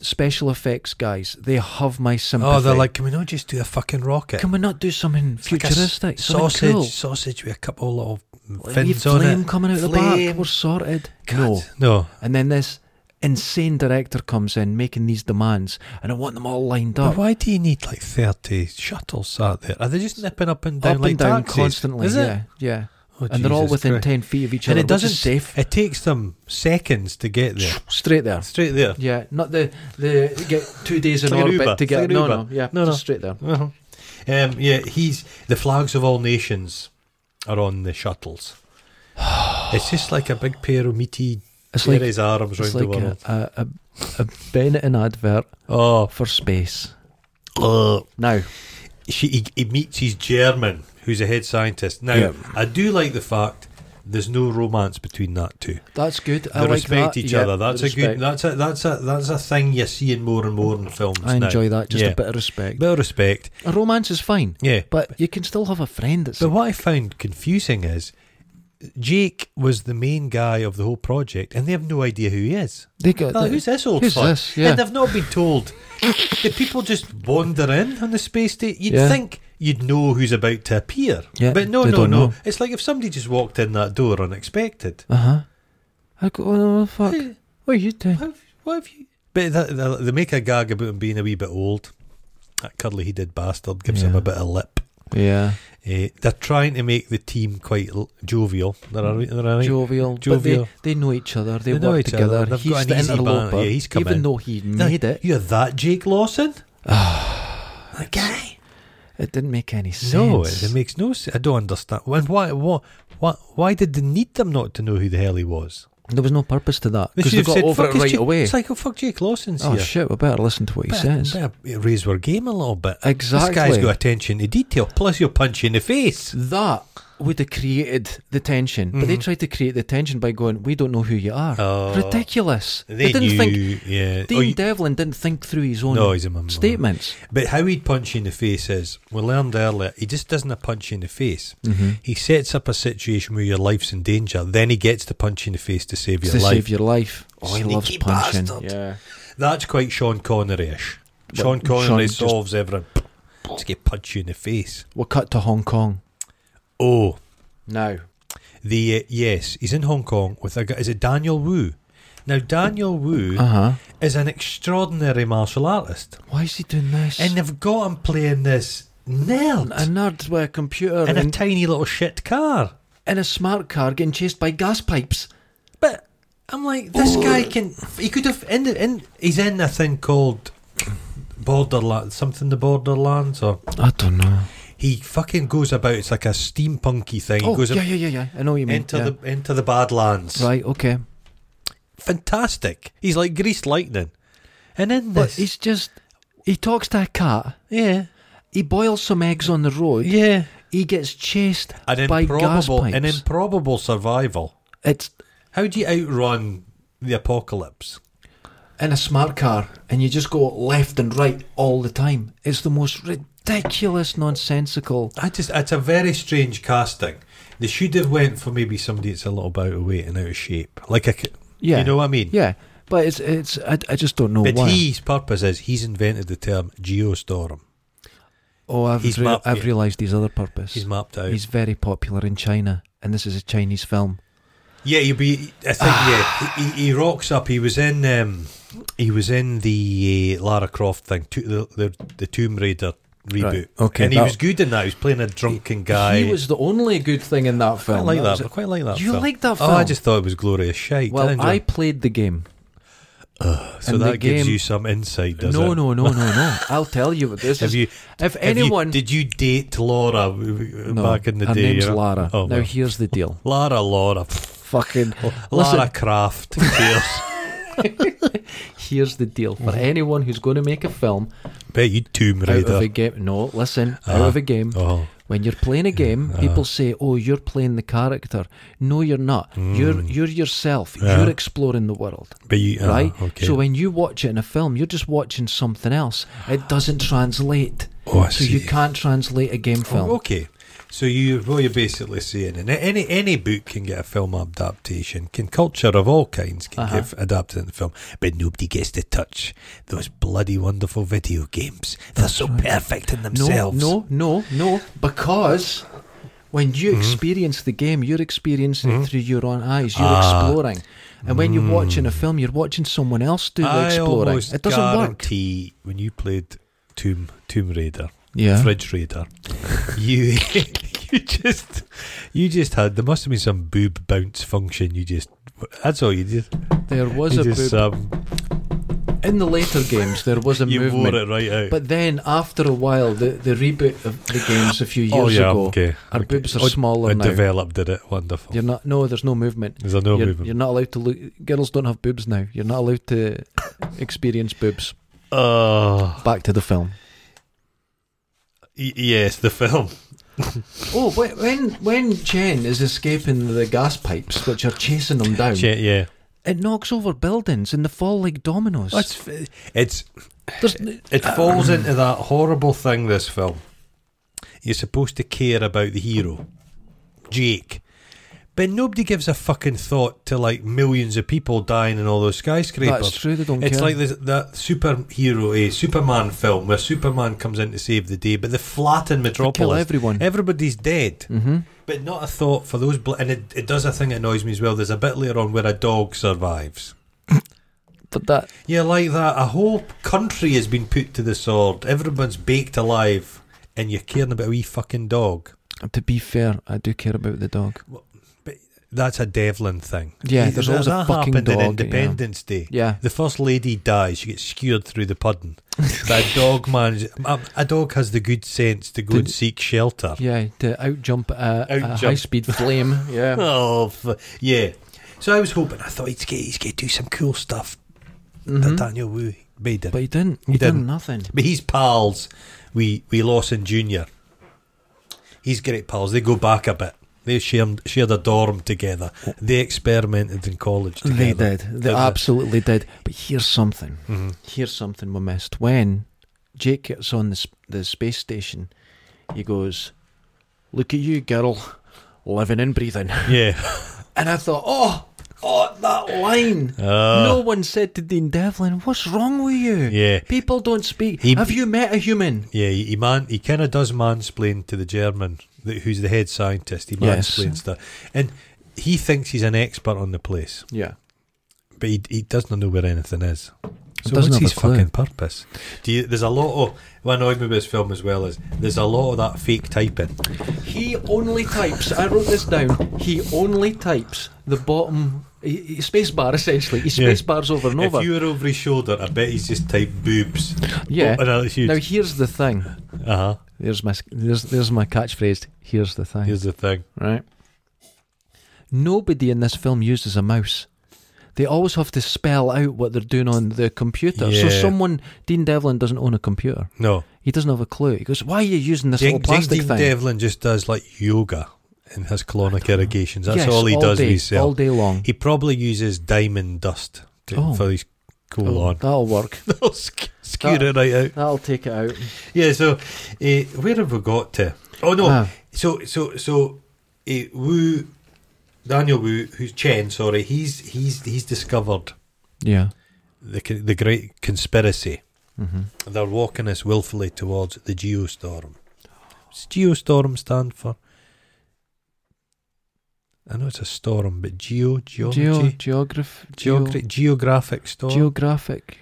S2: special effects guys, they have my sympathy.
S3: Oh, they're like, can we not just do a fucking rocket?
S2: can we not do something
S3: It's like a s-
S2: futuristic, something
S3: sausage,
S2: cool?
S3: sausage with a couple of little
S2: Like, we have
S3: fins on
S2: flame
S3: it.
S2: coming out the
S3: Flame.
S2: back. We're sorted. No.
S3: No,
S2: And then this insane director comes in making these demands, and I want them all lined up.
S3: but why do you need like thirty shuttles sat there? Are they just nipping up and down
S2: up
S3: like
S2: and down
S3: taxis?
S2: constantly.
S3: Is
S2: yeah,
S3: it?
S2: yeah.
S3: Oh,
S2: and they're all
S3: Jesus
S2: within
S3: Christ.
S2: ten feet of each
S3: And
S2: other.
S3: it doesn't.
S2: which is safe.
S3: It takes them seconds to get there.
S2: Straight there.
S3: Straight there.
S2: Yeah, not the the get two days in
S3: It's like an
S2: orbit
S3: Uber.
S2: to
S3: It's like
S2: get.
S3: an
S2: no,
S3: Uber.
S2: no, yeah,
S3: No,
S2: no,
S3: no.
S2: just straight there.
S3: Uh-huh. Um, yeah, he's the flags of all nations are on
S2: (sighs)
S3: the shuttles. it's just like a big pair of meaty
S2: It's like
S3: Jerry's arms round
S2: it's like
S3: the
S2: a,
S3: world.
S2: a, a, a Benetton advert
S3: Oh,
S2: for space.
S3: ugh.
S2: Now,
S3: she, he, he meets his German, who's a head scientist. Now,
S2: Yeah.
S3: I do like the fact there's no romance between that two.
S2: That's good. I
S3: They
S2: like
S3: respect
S2: that.
S3: each
S2: Yeah,
S3: other. That's a
S2: respect.
S3: good. That's a that's a that's a thing you're seeing more and more in films.
S2: I
S3: now.
S2: enjoy that. Just
S3: Yeah.
S2: a bit of respect.
S3: Bit of respect.
S2: a romance is fine.
S3: Yeah.
S2: But you can still have a friend. That's
S3: But what I found confusing is Jake was the main guy of the whole project, and they have no idea who he is.
S2: they got.
S3: Oh,
S2: they-
S3: who's this old
S2: who's
S3: fuck?
S2: this? Yeah.
S3: And they've not been told. the people just wander in on the space station. You'd
S2: Yeah.
S3: think you'd know who's about to appear.
S2: Yeah,
S3: but no,
S2: they
S3: no,
S2: don't
S3: no.
S2: know.
S3: It's like if somebody just walked in that door unexpected.
S2: Uh huh. I go. Oh fuck. What are you doing?
S3: (laughs) What have, what have you? But that, that- they make a gag about him being a wee bit old. That curly headed bastard gives him
S2: Yeah.
S3: a bit of lip.
S2: Yeah.
S3: Eh, they're trying to make the team quite l- jovial. They're, a- they're a-
S2: Jovial.
S3: Jovial.
S2: But they, they know each other. They,
S3: They know
S2: work
S3: each
S2: together.
S3: other, they've
S2: He's
S3: got an
S2: the
S3: easy banner.
S2: interloper.
S3: Yeah, he's come
S2: even
S3: in. Mm-hmm.
S2: though he
S3: That-
S2: made it,
S3: You're that Jake Lawson? that guy.
S2: it didn't make any sense.
S3: No, it, it makes no sense. I don't understand. And why, why, why, why did they need them not to know who the hell he was?
S2: there was no purpose to that
S3: They
S2: because
S3: should
S2: they
S3: have
S2: got
S3: said,
S2: over
S3: "Fuck,
S2: it
S3: it's
S2: right
S3: Jake-
S2: away.
S3: It's like, oh, fuck, Jake Lawson's
S2: Oh
S3: here.
S2: shit! We better listen to what he
S3: Better,
S2: says.
S3: better raise our game a little bit. This guy's
S2: Exactly.
S3: got attention to detail. Plus, you'll punch you in the face.
S2: That would have created the tension, but they tried to create the tension by going, "We don't know who you are."
S3: Mm-hmm. Oh.
S2: Ridiculous!
S3: They,
S2: didn't
S3: knew,
S2: think.
S3: yeah. Oh,
S2: Dean
S3: you-
S2: Devlin didn't think through his own
S3: No, he's a mum.
S2: statements.
S3: But how he'd punch you in the face is, we learned earlier, he just doesn't punch you in the face.
S2: Mm-hmm.
S3: He sets up a situation where your life's in danger, then he gets to punch you in the face to save
S2: To
S3: your life.
S2: save your life. Oh, he
S3: Sneaky
S2: loves punching.
S3: bastard.
S2: Yeah.
S3: That's quite Sean Connery ish.
S2: But
S3: Sean Connery
S2: Sean just-
S3: solves everything. Just get punch you in the face.
S2: We'll cut to Hong Kong
S3: Oh,
S2: now.
S3: the uh, yes, he's in Hong Kong with a guy. Is it Daniel Wu? Now Daniel Wu
S2: Uh huh.
S3: is an extraordinary martial artist,
S2: Why is he doing this?
S3: and they've got him playing this nerd
S2: a nerd with a computer
S3: in a
S2: and
S3: tiny little shit car.
S2: in a smart car getting chased by gas pipes.
S3: But I'm like, this guy can. He could have. In, the- in, he's in a thing called Borderland, something the Borderlands, or
S2: I don't know.
S3: he fucking goes about. It's like a steampunky thing.
S2: Oh,
S3: he goes
S2: yeah,
S3: ab-
S2: yeah, yeah, yeah. I know what you mean.
S3: enter
S2: yeah.
S3: the enter the Badlands.
S2: right. Okay.
S3: Fantastic. He's like greased lightning. And in
S2: But
S3: this,
S2: he's just he talks to a cat.
S3: yeah,
S2: He boils some eggs on the road.
S3: yeah,
S2: He gets chased
S3: an
S2: by gas
S3: improbable,
S2: pipes.
S3: an improbable survival.
S2: it's
S3: How do you outrun the apocalypse?
S2: in a smart car, and you just go left and right all the time. It's the most ridiculous, nonsensical.
S3: I just it's a very strange casting. They should have went for maybe somebody that's a little bit out of weight and out of shape. Like a, c-
S2: Yeah.
S3: you know what I mean.
S2: Yeah, but it's it's. I, I just don't know
S3: But
S2: why.
S3: his purpose is he's invented the term geostorm.
S2: oh, I've
S3: he's
S2: rea-
S3: mapped
S2: I've
S3: it.
S2: realised his other purpose.
S3: He's mapped out.
S2: He's very popular in China, and this is a Chinese film.
S3: Yeah, he'll be. I think
S2: (sighs)
S3: yeah, he- he, he rocks up. He was in. Um, he was in the uh, Lara Croft thing, to, the, the the Tomb Raider reboot.
S2: Right, okay,
S3: and he
S2: that-
S3: was good in that. He was playing a drunken guy.
S2: He was the only good thing in that
S3: I
S2: film.
S3: like
S2: was
S3: that. I
S2: it.
S3: quite like that.
S2: You
S3: film.
S2: liked that
S3: Oh, I
S2: film?
S3: just thought it was glorious shite.
S2: Well,
S3: didn't you?
S2: I played the game.
S3: so
S2: and the
S3: that gives
S2: game-
S3: you some insight, does
S2: no,
S3: it?
S2: no, no, no,
S3: (laughs)
S2: no. I'll tell you what this
S3: Have
S2: is.
S3: you-
S2: if
S3: Have you-
S2: anyone
S3: did you date Laura w- w-
S2: No,
S3: back in the
S2: her
S3: day?
S2: name's
S3: you know?
S2: Lara.
S3: Oh,
S2: now
S3: well.
S2: here's the
S3: (laughs)
S2: deal.
S3: Lara, Laura,
S2: Fucking
S3: Lara
S2: listen,
S3: Croft.
S2: (laughs)
S3: Cheers.
S2: here's the deal for
S3: Oh.
S2: anyone who's going to make a film
S3: Bet you Tomb
S2: out of
S3: Raider.
S2: a game. No, listen,
S3: Ah.
S2: out of a game.
S3: Oh, Ah.
S2: When you're playing a game, people say, "Oh, you're playing the character." No, you're not. You're
S3: Mm.
S2: you're yourself.
S3: Yeah.
S2: You're exploring the world.
S3: but you ah,
S2: right?
S3: Okay.
S2: So when you watch it in a film, you're just watching something else. It doesn't translate.
S3: Oh, I
S2: so you
S3: see.
S2: can't translate a game film.
S3: Oh, okay. So you what you're basically saying, and any any book can get a film adaptation, can culture of all kinds can
S2: Uh-huh.
S3: get adapted into film, but nobody gets to touch those bloody wonderful video games. They're so perfect in themselves.
S2: No, no, no, no. Because when you
S3: Mm-hmm.
S2: experience the game, you're experiencing it through your own eyes. You're
S3: Ah. Mm.
S2: exploring. And when you're watching a film, you're watching someone else do the
S3: I
S2: exploring.
S3: almost
S2: It doesn't work.
S3: guarantee when you played Tomb Tomb Raider,
S2: Yeah.
S3: Fridge Raider, you (laughs) you just you just had there must have been some boob bounce function. You just that's all you did.
S2: There was
S3: You
S2: a
S3: just
S2: boob.
S3: um,
S2: In the later games, there was a
S3: (laughs) you
S2: movement.
S3: wore it right out.
S2: But then, after a while, the, the reboot of the games a few years
S3: oh yeah,
S2: ago,
S3: okay.
S2: our
S3: okay.
S2: boobs are
S3: Oh,
S2: smaller
S3: I
S2: now.
S3: developed did it wonderful.
S2: You're not. No, there's no movement.
S3: There's no
S2: you're,
S3: movement.
S2: you're not allowed to look. Girls don't have boobs now. You're not allowed to experience boobs.
S3: Oh,
S2: Back to the film.
S3: Y- yes, the film.
S2: Oh, wh- when when Chen is escaping the gas pipes, which are chasing him down,
S3: Shit, yeah.
S2: it knocks over buildings and they fall like dominoes.
S3: That's f- it's
S2: There's-
S3: it falls into that horrible thing. This film, you're supposed to care about the hero, Jake, but nobody gives a fucking thought to like millions of people dying in all those skyscrapers.
S2: That's true, they don't
S3: it's
S2: care.
S3: like this, that superhero, a Superman film where Superman comes in to save the day, but they flatten Metropolis.
S2: everyone.
S3: Everybody's dead. Mm-hmm. But not a thought for those. Bl- and it, it does a thing that annoys me as well. There's a bit later on where a dog survives.
S2: but that
S3: Yeah, like that. A whole country has been put to the sword. Everyone's baked alive, and you're caring about a wee fucking dog.
S2: to be fair, I do care about the dog.
S3: But that's a Devlin thing.
S2: Yeah, there's always a
S3: that
S2: fucking
S3: happened
S2: dog,
S3: in Independence Day.
S2: Yeah.
S3: the first lady dies. She gets skewered through the pudding. that dog manages. A, a dog has the good sense to go and seek shelter.
S2: Yeah, to outjump a, a
S3: Outjump.
S2: high speed flame.
S3: (laughs)
S2: Yeah.
S3: Oh, f- yeah. So I was hoping. I thought he'd get, he'd get do some cool stuff. That Daniel Wu, but he
S2: Mm-hmm.
S3: didn't.
S2: But he didn't. He, did
S3: didn't.
S2: nothing.
S3: But he's pals. We we Lawson Junior. He's great pals. They go back a bit. They shared shared a dorm together. They experimented in college together.
S2: Oh.
S3: Mm-hmm.
S2: They did. They
S3: Didn't
S2: absolutely did. But here's something. Here's something we missed. When Jake gets on the, sp- the space station, he goes, Look at you, girl, living and breathing. (laughs)
S3: Yeah.
S2: And I thought, Oh, oh, that line. no one said to Dean Devlin, What's wrong with you?
S3: Oh. Yeah.
S2: People don't speak.
S3: He-
S2: Have you met a human?
S3: Yeah. He, he man. He kind of does mansplain to the German, th- who's the head scientist. He
S2: Yes.
S3: mansplains that, and he thinks he's an expert on the place,
S2: Yeah.
S3: but he, he doesn't know where anything is. So
S2: Doesn't
S3: what's
S2: have a
S3: his
S2: clue.
S3: fucking purpose? Do you, there's a lot of what annoyed me with this film as well is there's a lot of that fake typing.
S2: He only types. I wrote this down. He only types the bottom he, he, space bar essentially. He
S3: Yeah.
S2: space bars over and over.
S3: If you were over his shoulder, I bet he's just typed boobs.
S2: yeah.
S3: Oh, and that's
S2: Now
S3: huge.
S2: here's the thing.
S3: Uh huh.
S2: There's my there's there's my catchphrase. Here's the thing.
S3: Here's the thing.
S2: right. Nobody in this film uses a mouse. They always have to spell out what they're doing on the computer. So
S3: Yeah.
S2: someone Dean Devlin doesn't own a computer.
S3: No.
S2: He doesn't have a clue. He goes, "Why are you using this
S3: Ding,
S2: little
S3: Ding
S2: plastic
S3: Ding
S2: thing?"
S3: Devlin just does like yoga and has colonic irrigations. That's
S2: Yes,
S3: all he does
S2: day,
S3: with himself.
S2: all day long.
S3: He probably uses diamond dust to,
S2: Oh.
S3: for his cool
S2: Oh,
S3: on.
S2: that'll
S3: (laughs)
S2: work.
S3: They'll sc- skewer it right out.
S2: That'll take it out.
S3: Yeah. So, uh, where have we got to? Oh no.
S2: Ah.
S3: So so so, uh, Wu, Daniel Wu, who's Chen? Sorry, he's he's he's discovered
S2: Yeah.
S3: the co- the great conspiracy.
S2: Mm-hmm.
S3: They're walking us willfully towards the geostorm. What's geostorm stand for? I know it's a storm, but geo
S2: Geo,
S3: geology,
S2: geograph, geo,
S3: geogra- geographic storm.
S2: geographic,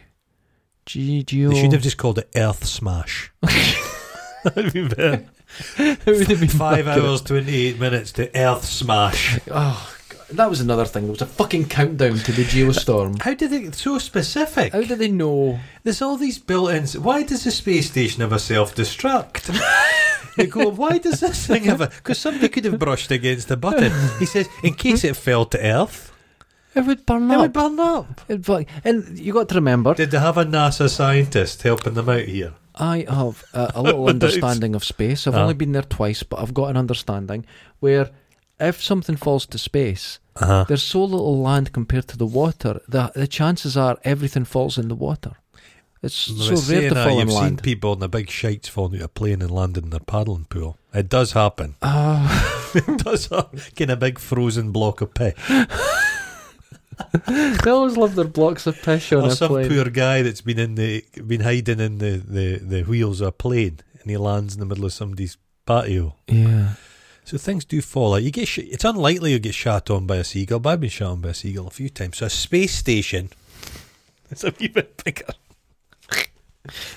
S2: ge, geo. (laughs)
S3: they should have just called it Earth Smash. (laughs) That'd be better.
S2: (laughs) It would have been
S3: Five
S2: fucking-
S3: hours, twenty-eight minutes to Earth Smash.
S2: Oh, God. that was another thing. There was a fucking countdown to the geostorm.
S3: How did they? So specific.
S2: How do they know?
S3: There's all these built-ins. Why does the space station have a self-destruct? (laughs) you go. Why does this thing have a? Because somebody could have brushed against the button. He says, in case it fell to Earth,
S2: It would burn
S3: it
S2: up.
S3: would burn up.
S2: It'd fuck- and you got to remember,
S3: Did they have a NASA scientist helping them out here?
S2: I have a, (laughs) a little understanding of space. I've
S3: Ah.
S2: only been there twice, but I've got an understanding where if something falls to space,
S3: Uh huh.
S2: there's so little land compared to the water. The, the chances are everything falls in the water. It's so rare to fall in
S3: you've seen
S2: land.
S3: people on the big shites falling out of a plane and landing in their paddling pool. It does happen. (laughs)
S2: Ah.
S3: It does happen. Getting a big frozen block of pit.
S2: (laughs) They always love their blocks of piss on
S3: Or
S2: a
S3: some
S2: plane.
S3: poor guy that's been in the been hiding in the, the, the wheels of a plane and he lands in the middle of somebody's patio.
S2: Yeah.
S3: So things do fall out. You get sh- it's unlikely you'll get shot on by a seagull, but I've been shot on by a seagull a few times. So a space station (laughs) it's a wee bit bigger.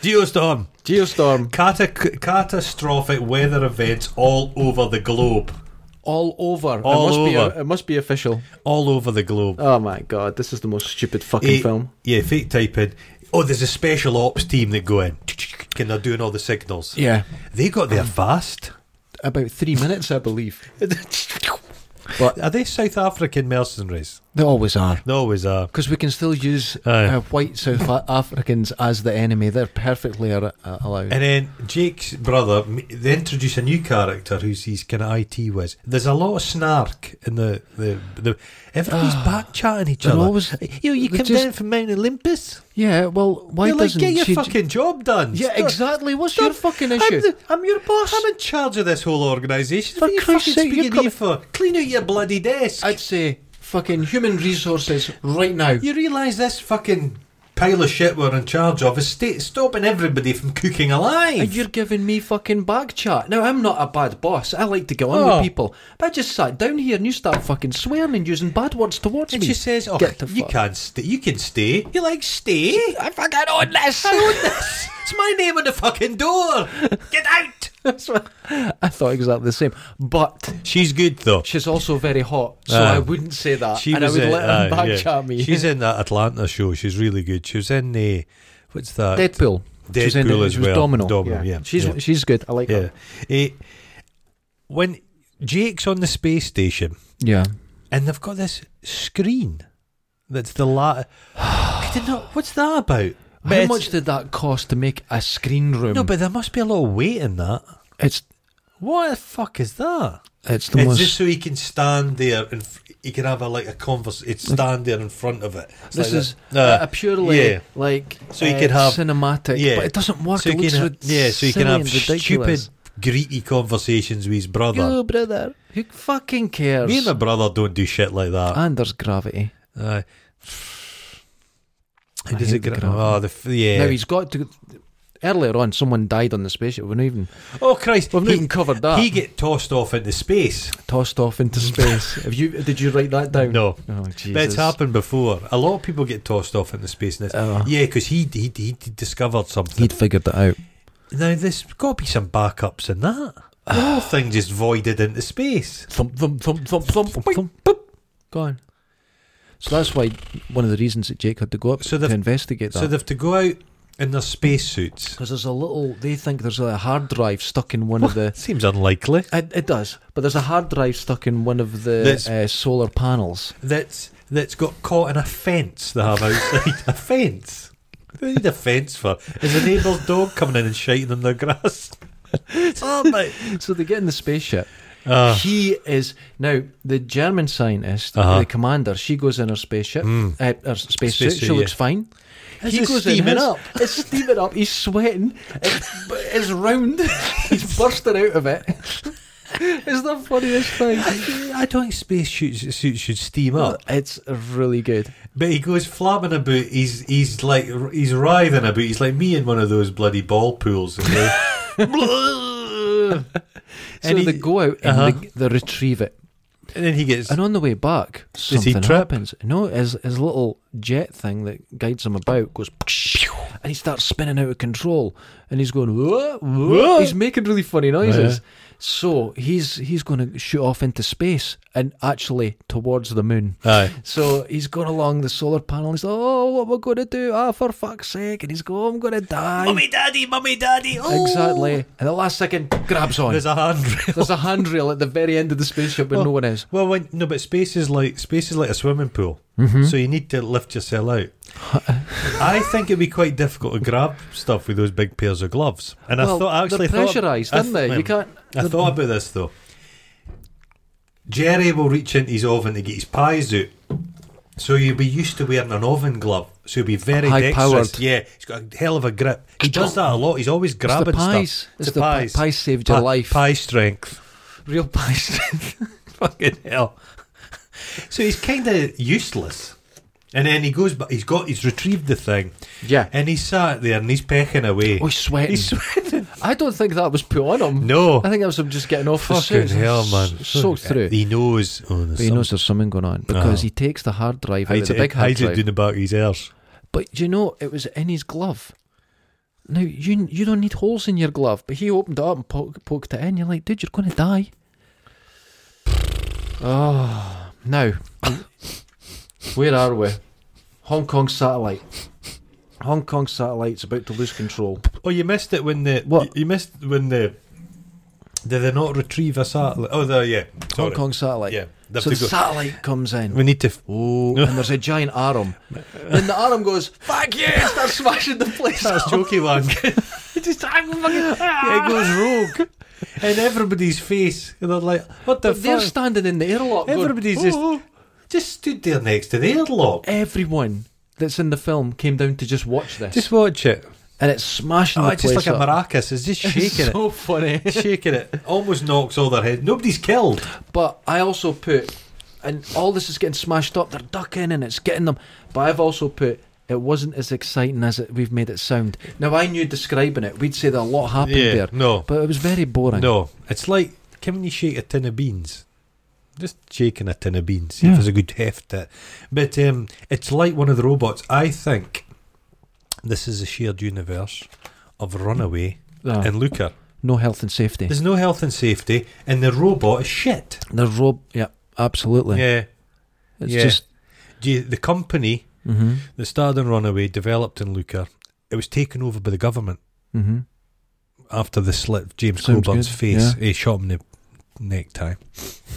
S3: Geostorm.
S2: Geostorm
S3: Cata- catastrophic weather events all over the globe.
S2: all over.
S3: All
S2: it must Be,
S3: over.
S2: it must be official.
S3: All over the globe.
S2: Oh my god, this is the most stupid fucking
S3: Eh,
S2: film.
S3: Yeah, fake typing. Oh, there's a special ops team that go in and they're doing all the signals.
S2: Yeah.
S3: Um, They got there fast.
S2: (laughs) About three minutes, I believe. But
S3: Are they South African mercenaries?
S2: they always are.
S3: They always are.
S2: Because we can still use
S3: Aye.
S2: uh, white South A- Africans as the enemy. They're perfectly ar- uh, allowed.
S3: And then Jake's brother, m- they introduce a new character who's he's kind of IT whiz. There's a lot of snark in the the, the everybody's back chatting each
S2: They're
S3: other.
S2: always-
S3: Ah. you you
S2: they're
S3: come
S2: just-
S3: down from Mount Olympus.
S2: yeah, well, why
S3: You're like,
S2: doesn't
S3: get your
S2: she... j-
S3: fucking job done.
S2: yeah,
S3: Stop-
S2: exactly. What's
S3: stop-
S2: your fucking
S3: I'm,
S2: issue?
S3: the- I'm your boss. I'm in charge of this whole organisation.
S2: For
S3: What are you
S2: Christ's
S3: fucking
S2: sake, you're
S3: speaking to me for? Clean out your bloody desk.
S2: I'd say fucking human resources right now.
S3: You realise this fucking pile of shit we're in charge of is sta- stopping everybody from cooking alive.
S2: And you're giving me fucking bag chat. Now, I'm not a bad boss. I like to get on
S3: Oh.
S2: with people. But I just sat down here and you start fucking swearing and using bad words towards
S3: And
S2: me.
S3: she says, "Oh,
S2: Get the
S3: you
S2: fuck-
S3: can't stay. You can stay. You like stay? I fucking own this. I own this. It's my name on the fucking door. Get out."
S2: That's what- (laughs) I thought exactly the same. But
S3: She's good though.
S2: she's also very hot, so
S3: Aye.
S2: I wouldn't say that.
S3: Ah. She
S2: and I
S3: was
S2: would
S3: in-
S2: let her
S3: aye,
S2: back
S3: yeah.
S2: at me.
S3: She's in that Atlanta show. She's really good. She was in the what's
S2: (laughs)
S3: that?
S2: Deadpool. She's in
S3: Deadpool
S2: it.
S3: as
S2: she was
S3: well.
S2: Domino.
S3: Domino, yeah.
S2: She's
S3: Yeah.
S2: she's good. I like
S3: Yeah.
S2: her.
S3: Eh, when Jake's on the space station,
S2: Yeah.
S3: and they've got this screen that's the la. (sighs) I did not. What's that about? But
S2: How
S3: it's-
S2: much did that cost to make a screen room?
S3: no, but there must be a lot of weight in that.
S2: it's
S3: What the fuck is that?
S2: it's the
S3: It's
S2: most.
S3: just so he can stand there and f- he can have a like a converse. It's stand there in front of it. It's
S2: this
S3: like
S2: is
S3: that. Uh,
S2: a, a purely
S3: yeah.
S2: like
S3: So you
S2: uh,
S3: could have-
S2: cinematic,
S3: yeah.
S2: but it doesn't work.
S3: So
S2: it
S3: you
S2: looks
S3: can ha-
S2: rid-
S3: yeah, so you can
S2: silly
S3: have
S2: and ridiculous.
S3: stupid, greedy conversations with his brother.
S2: Yo, brother, who fucking cares?
S3: Me and my brother don't do shit like that.
S2: and there's gravity.
S3: Aye. (sighs)
S2: I
S3: does
S2: hate
S3: it
S2: the
S3: get?
S2: graph.
S3: Oh, the f- yeah.
S2: Now he's got to. Earlier on, someone died on the spaceship. We've not even
S3: oh Christ!
S2: we've not
S3: he,
S2: even covered that.
S3: he get tossed off into space.
S2: tossed off into
S3: (laughs)
S2: space. Have you? Did you write that down?
S3: No,
S2: Oh
S3: But it's
S2: Jesus!
S3: happened before. A lot of people get tossed off into space. In this.
S2: Oh.
S3: yeah, because he, he he discovered something.
S2: He'd figured it out.
S3: Now, there's got to be some backups in that.
S2: (sighs)
S3: The whole thing just voided into space.
S2: Thump thump thump thump thump thump. thump boop. Go on. So that's why one of the reasons that Jake had to go up
S3: So
S2: to
S3: they've-
S2: investigate that.
S3: So they have to go out in their spacesuits.
S2: Because there's a little, they think there's a hard drive stuck in one of the.
S3: Seems unlikely.
S2: (laughs) It, it does, but there's a hard drive stuck in one of the
S3: That's-
S2: uh, solar
S3: (laughs)
S2: panels.
S3: That's that's got caught in a fence they have outside. (laughs) a fence. They need a fence for. Is a neighbour's dog coming in and shiting on
S2: (laughs)
S3: their grass? oh, mate.
S2: So they get in the spaceship. Ah.
S3: Uh,
S2: he is now the German scientist,
S3: Uh-huh.
S2: the commander. She goes in her spaceship, uh, her spacesuit.
S3: Spacesuit,
S2: she looks
S3: yeah.
S2: fine.
S3: His
S2: he
S3: is
S2: goes in
S3: steaming
S2: his-
S3: up.
S2: It's steaming up. He's sweating. It's, it's round. (laughs) He's bursting out of it. (laughs) It's the funniest thing.
S3: I, I don't think space suits, suits should steam up.
S2: It's really good.
S3: But he goes flapping about. He's he's like he's writhing about. He's like me in one of those bloody ball pools. you know?
S2: (laughs) So
S3: And he-
S2: they go out and
S3: Uh-huh.
S2: they, they retrieve it.
S3: (laughs) and then he gets.
S2: And on the way back,
S3: he
S2: something
S3: trip?
S2: happens. No, his, his little jet thing that guides him about goes, and he starts spinning out of control. And he's going, whoa, whoa.
S3: Whoa.
S2: he's making really funny noises. So he's he's going to shoot off into space and actually towards the moon.
S3: Aye.
S2: So he's going along the solar panel. He's like, oh, what we're going to do? Ah, for fuck's sake! And he's going, I'm going to die.
S3: Mummy, daddy, mummy, daddy. Oh.
S2: Exactly. And at the last second, grabs on.
S3: There's a handrail.
S2: There's a handrail at the very end of the spaceship
S3: Oh.
S2: where no one is.
S3: Well, when, no, but space is like space is like a swimming pool.
S2: Mm-hmm.
S3: So you need to lift yourself
S2: (laughs)
S3: out. I think it'd be quite difficult to grab stuff with those big pairs of gloves. And I
S2: Well,
S3: thought I actually
S2: they're
S3: thought-
S2: pressurised,
S3: I
S2: aren't they?
S3: th-
S2: You can't-
S3: I thought about this though. Jerry will reach into his oven to get his pies out. So you'll be used to wearing an oven glove. So you'll be very
S2: High-powered.
S3: dexterous. Yeah, he's got a hell of a grip. He does that a lot. He's always grabbing
S2: pies.
S3: stuff.
S2: It's the pi- pies saved your
S3: Pi-
S2: life.
S3: Pie strength.
S2: Real pie strength.
S3: Fucking hell. So he's kind of useless. And then he goes, but he's got, he's retrieved the thing.
S2: Yeah.
S3: And he's sat there and he's pecking away.
S2: Oh, he's sweating.
S3: (laughs)
S2: (laughs)
S3: He's sweating. Oh,
S2: I don't think that was put on him.
S3: No.
S2: I think that was him just getting off the suit.
S3: Fucking hell, man.
S2: S- Soaked through.
S3: He knows. Oh,
S2: But he knows there's something going on
S3: Uh-huh.
S2: because he takes the hard drive out of
S3: hides
S2: the
S3: it,
S2: big hard
S3: hides it
S2: drive.
S3: down the back of his ears.
S2: But you know, it was in his glove. Now you you don't need holes in your glove, but he opened it up and poke, poked it in. You're like, dude, you're going to die. (sighs) Oh, now where are we? Hong Kong satellite. Hong Kong satellite's about to lose control.
S3: Oh, you missed it when the.
S2: What?
S3: You missed when the. Did they not retrieve a satellite? Oh, there, yeah. Sorry.
S2: Hong Kong satellite.
S3: Yeah. They have
S2: so
S3: to
S2: the
S3: go-
S2: satellite comes
S3: we
S2: in.
S3: need to. f-
S2: Oh, and there's a giant arm. Then the arm goes, fuck you, and starts smashing the place. (laughs)
S3: That's jokey lang.
S2: It just, I'm fucking,
S3: (laughs) it goes rogue, and everybody's face, and they're like, "What the
S2: They're
S3: fuck?"
S2: standing in the airlock. going,
S3: Everybody's just
S2: "Oh."
S3: just stood there next to the airlock.
S2: Everyone that's in the film came down to just watch this.
S3: Just watch it.
S2: and it's smashing
S3: Oh,
S2: the
S3: it's just
S2: place
S3: like a
S2: up.
S3: maracas. It's just shaking
S2: so funny.
S3: it, shaking it. Almost knocks all their head. Nobody's killed.
S2: But I also put, and all this is getting smashed up. They're ducking and it's getting them. But I've also put, it wasn't as exciting as it, we've made it sound. Now I knew describing it, we'd say that a lot happened there,
S3: no,
S2: but it was very boring.
S3: no. It's like can you shake a tin of beans? Just shaking a tin of beans. See
S2: Yeah.
S3: if there's a good heft to it. But um, it's like one of the robots. I think this is a shared universe of Runaway
S2: Ah,
S3: and Looker.
S2: no health and safety.
S3: There's no health and safety, and the robot is shit.
S2: The rob, yeah, absolutely.
S3: Yeah.
S2: it's
S3: yeah.
S2: just
S3: Do you, the company
S2: hmm
S3: that starred in Runaway developed in Looker. It was taken over by the government
S2: hmm
S3: after the slit of James
S2: Sounds
S3: Coburn's
S2: good,
S3: face.
S2: yeah.
S3: He shot him in the necktie.